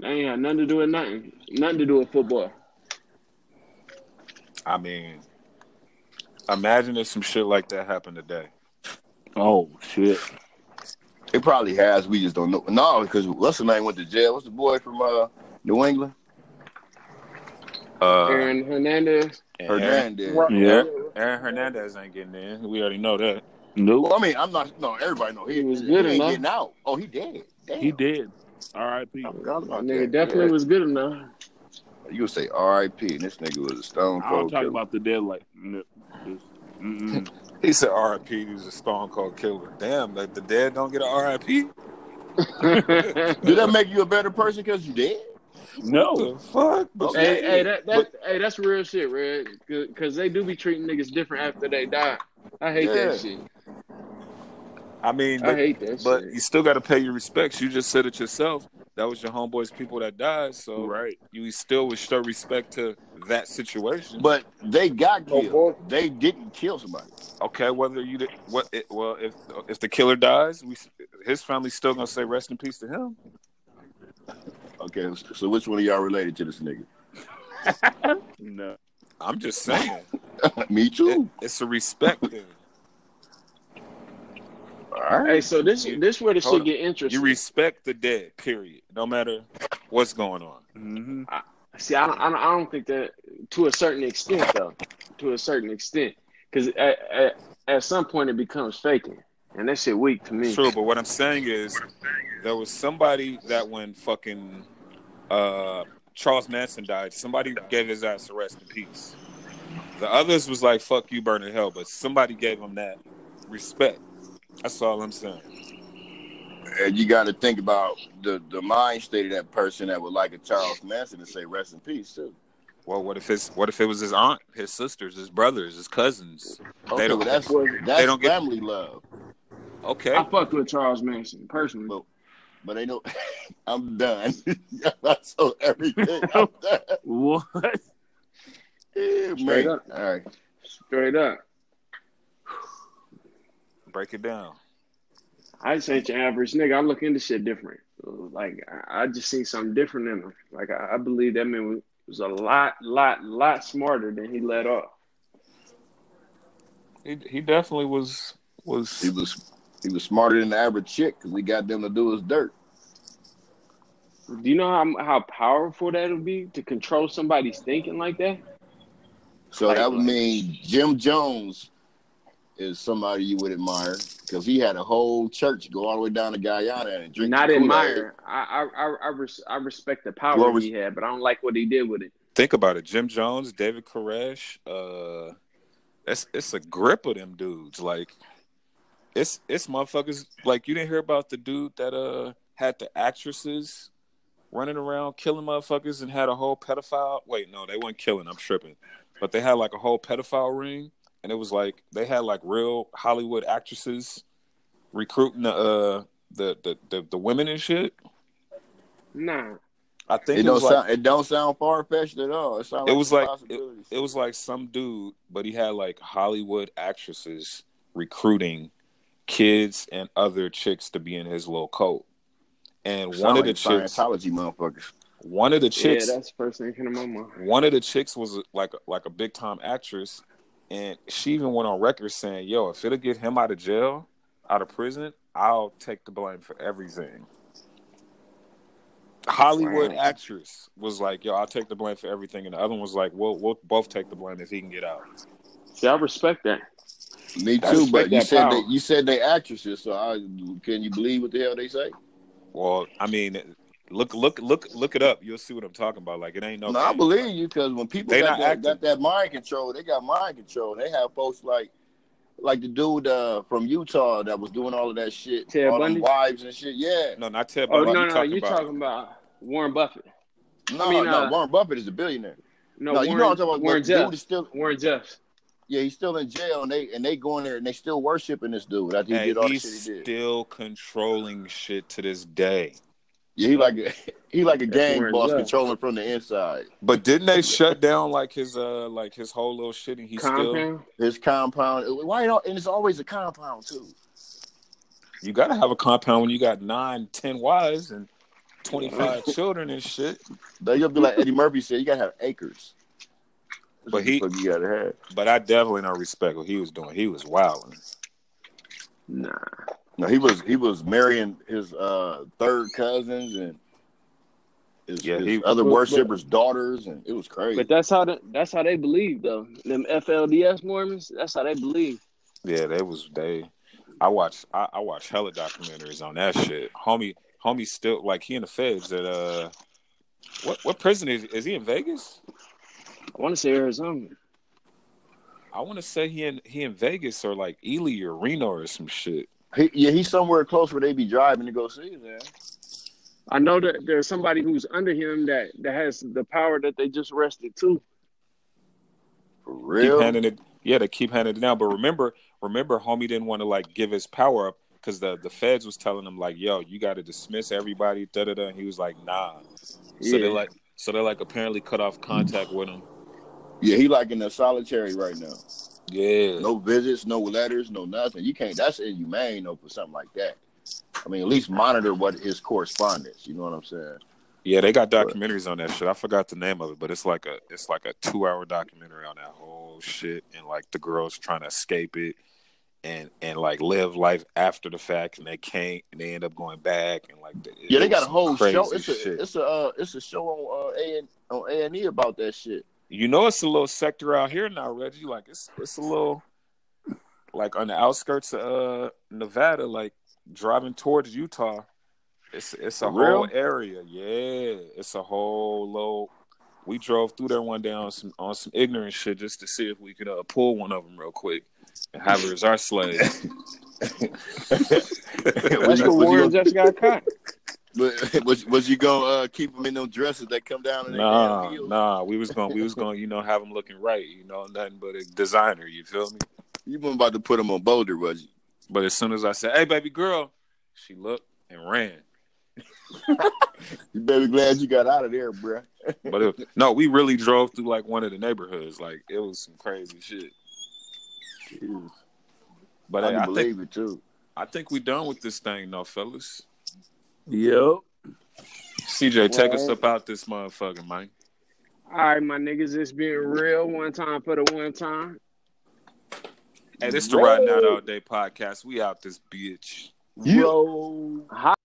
That ain't had nothing to do with nothing. Nothing to do with football.
I mean, imagine if some shit like that happened today.
Oh shit!
It probably has. We just don't know. No, because what's the name went to jail? What's the boy from uh, New England?
Uh, Aaron,
Aaron Hernandez.
Aaron,
Hernandez.
Right. Yeah.
Hernandez ain't getting in. We already know that.
Nope.
Well, I mean, I'm not. No, everybody know he,
He was
he
good
ain't
enough.
getting out. Oh, he dead. Damn.
He did. R.I.P.
I forgot
That
about
nigga
that.
definitely
Yeah.
was good enough.
You would say R.I.P. and this nigga was a stone
I don't
cold
talk
killer.
about the dead like. No. Mm-mm.
He said R.I.P. He was a Stone Cold Killer. Damn, like the dead don't get an R.I.P.
hey,
Did that make you a better person because you dead?
No.
The fuck? But
Okay.
hey, that, that, hey, that's real shit, Red. Because they do be treating niggas different after they die. I hate
Yeah.
that shit.
I mean,
I
but,
hate that
but
shit.
you still got to pay your respects. You just said it yourself. That was your homeboys, people that died. So
Right.
you still would show respect to that situation.
But they got
Oh,
No
killed.
bull-
They didn't kill somebody.
okay, whether you did, what it, well if if the killer dies, we his family's still gonna say rest in peace to him.
Okay, so which one of y'all related to this nigga?
No.
I'm just saying,
Me
It-
too.
Eh,
it's a respect thing.
All right.
Hey, so this this where the
Hold
shit
on.
get interesting.
You respect the dead, period. No matter what's going on.
Mm-hmm.
See, I don't, I don't, I don't think that to a certain extent, though. To a certain extent, because at, at, at some point it becomes faking, and that shit weak to me.
True, but what I'm saying is there was somebody that when fucking uh Charles Manson died, somebody gave his ass a rest in peace. The others was like, fuck you, burn in hell, but somebody gave him that respect. That's all I'm saying.
And you got to think about the, the mind state of that person that would like a Charles Manson to say rest in peace too.
Well, what if his what if it was his aunt, his sisters, his brothers, his cousins?
Okay,
they don't
well, that's that's
they don't get-
family love,
okay.
I fucked with Charles Manson personally.
But- but they don't. I'm done. I told everything. I'm done.
What?
Yeah,
Straight
man.
up.
All right.
Straight up,
Break it down.
I just ain't your average nigga. I look into shit different. Like I I just seen something different in him. Like I, I believe that man was, was a lot, lot, lot smarter than he let off.
He he definitely was was
He was he was smarter than the average chick because we got them to do his dirt.
Do you know how how powerful that'll be to control somebody's thinking like that?
So
Like-
that would mean Jim Jones is somebody you would admire because he had a whole church go all the way down to Guyana and drink.
Not
the Kool-Aid.
admire. I I I I, res, I respect the power
What was-
he had, but I don't like what he did with it.
think about it. Jim Jones, David Koresh, uh it's it's a grip of them dudes. Like it's it's motherfuckers like you didn't hear about the dude that uh had the actresses running around killing motherfuckers and had a whole pedophile wait, no, they weren't killing, I'm tripping. But they had like a whole pedophile ring and it was like they had like real Hollywood actresses recruiting the uh the the, the, the women and shit.
Nah,
I think
It
it,
don't
was like
sound it don't sound far fetched at all. It sounds
It
like
was
a
like-
possibility.
it was like some dude, but he had like Hollywood actresses recruiting kids and other chicks to be in his little cult. And
Sound
one of the
like
chicks,
Scientology motherfuckers.
one of the chicks,
yeah, that's the first thing that came to my mind.
one of the chicks was like like a big time actress, and she even went on record saying, "Yo, if it'll get him out of jail, out of prison, I'll take the blame for everything." Hollywood
Wow.
actress was like, "Yo, I'll take the blame for everything," and the other one was like, "We'll we'll both take the blame if he can get out."
See, I respect that.
Me
I
too, but
respect
you
that
said
power.
they, you said they actresses. So I, can you believe what the hell they say?
Well, I mean, look, look, look, look it up. You'll see what I'm talking about. Like it ain't no.
No, I
game.
believe you because when people
They not
got that, got
acting.
that mind control, they got mind control. They have folks like like the dude uh, from Utah that was doing all of that shit,
Ted
all
Bundy?
them wives and shit. Yeah,
No, not Ted.
Oh
Bundy.
no,
you
no,
talking
you're
about?
talking about Warren Buffett.
no,
mean,
no,
uh,
Warren Buffett is a billionaire.
No,
No,
Warren,
you know what I'm talking about.
Warren
but dude
Jeffs.
is still
Warren Jeffs.
yeah, he's still in jail, and they and they go in there and they still worshiping this dude after he
And
did all the shit
he's
he did.
still controlling shit to this day.
yeah, he like a, he like a gang
where it's
boss
at.
controlling from the inside.
But didn't they shut down like his uh like his whole little shit and he still
Compound.
His compound, why? Don't, and it's always a compound too.
you gotta have a compound when you got nine, ten wives and twenty five children and shit.
They you'll be like Eddie Murphy said, you gotta have acres.
But
That's what the
he-
fuck you gotta have.
But I definitely don't respect what he was doing. He was wilding.
Nah.
No, he was he was marrying his uh third cousins and his,
Yeah,
his
he-
other
But- but-
worshippers' daughters, and it was crazy.
But that's how the, that's how they believe though. Them FLDS Mormons, that's how they believe.
Yeah, they was they. I watch I, I watch hella documentaries on that shit. Homie, homie, still like he in the feds at uh, what what prison is is he in Vegas?
I want to say Arizona.
I want to say he in he in Vegas or like Ely or Reno or some shit.
He, yeah, he's somewhere close where they be driving to go see him.
I know that there's somebody who's under him that, that has the power that they just arrested too.
For
Keep
real?
handing it, yeah, they keep handing it down. But remember, remember, homie didn't want to like give his power up because the the feds was telling him like, yo, you got to dismiss everybody, da da da. And he was like, nah. So
Yeah.
they like so they like apparently cut off contact with him.
yeah, he like in the solitary right now.
Yeah,
No visits, no letters, no nothing. You can't. That's inhumane, though, for something like that. I mean, at least monitor what his correspondence. You know what I'm saying?
Yeah, they got documentaries on that shit. I forgot the name of it, but it's like a it's like a two hour documentary on that whole shit and like the girls trying to escape it and and like live life after the fact and they can't and they end up going back and like the,
Yeah, they got a
some
whole
crazy
show. It's
shit.
a it's a uh, it's a show on uh, A and on A and E about that shit.
you know it's a little sector out here now, Reggie. Like it's it's a little like on the outskirts of uh, Nevada, like driving towards Utah. It's it's a
For real?
whole area, yeah. It's a whole low. We drove through there one day on some on some ignorant shit just to see if we could uh, pull one of them real quick and have her as our slave.
Was
That's
he,
what
was he
Warren
gonna,
just got caught.
was- was, was he gonna uh, keep them in them dresses that come down? And they
nah,
damn heels?
nah. We was going we was going you know have them looking right. You know nothing but a designer. You feel me?
You weren't about to put him on Boulder, was you?
But as soon as I said, "Hey, baby girl," she looked and ran.
You better be glad you got out of there, bruh.
But it, no, we really drove through like one of the neighborhoods. Like it was some crazy shit. But
I
I,
can
I think
believe it too.
I think we done with this thing now, fellas.
Yep.
CJ, take us
Well-
up out this motherfucker, man.
All right, my niggas, it's been real one time for the one time.
Hey, this the Riding Out All Day podcast. We out this bitch.
You-
Roll.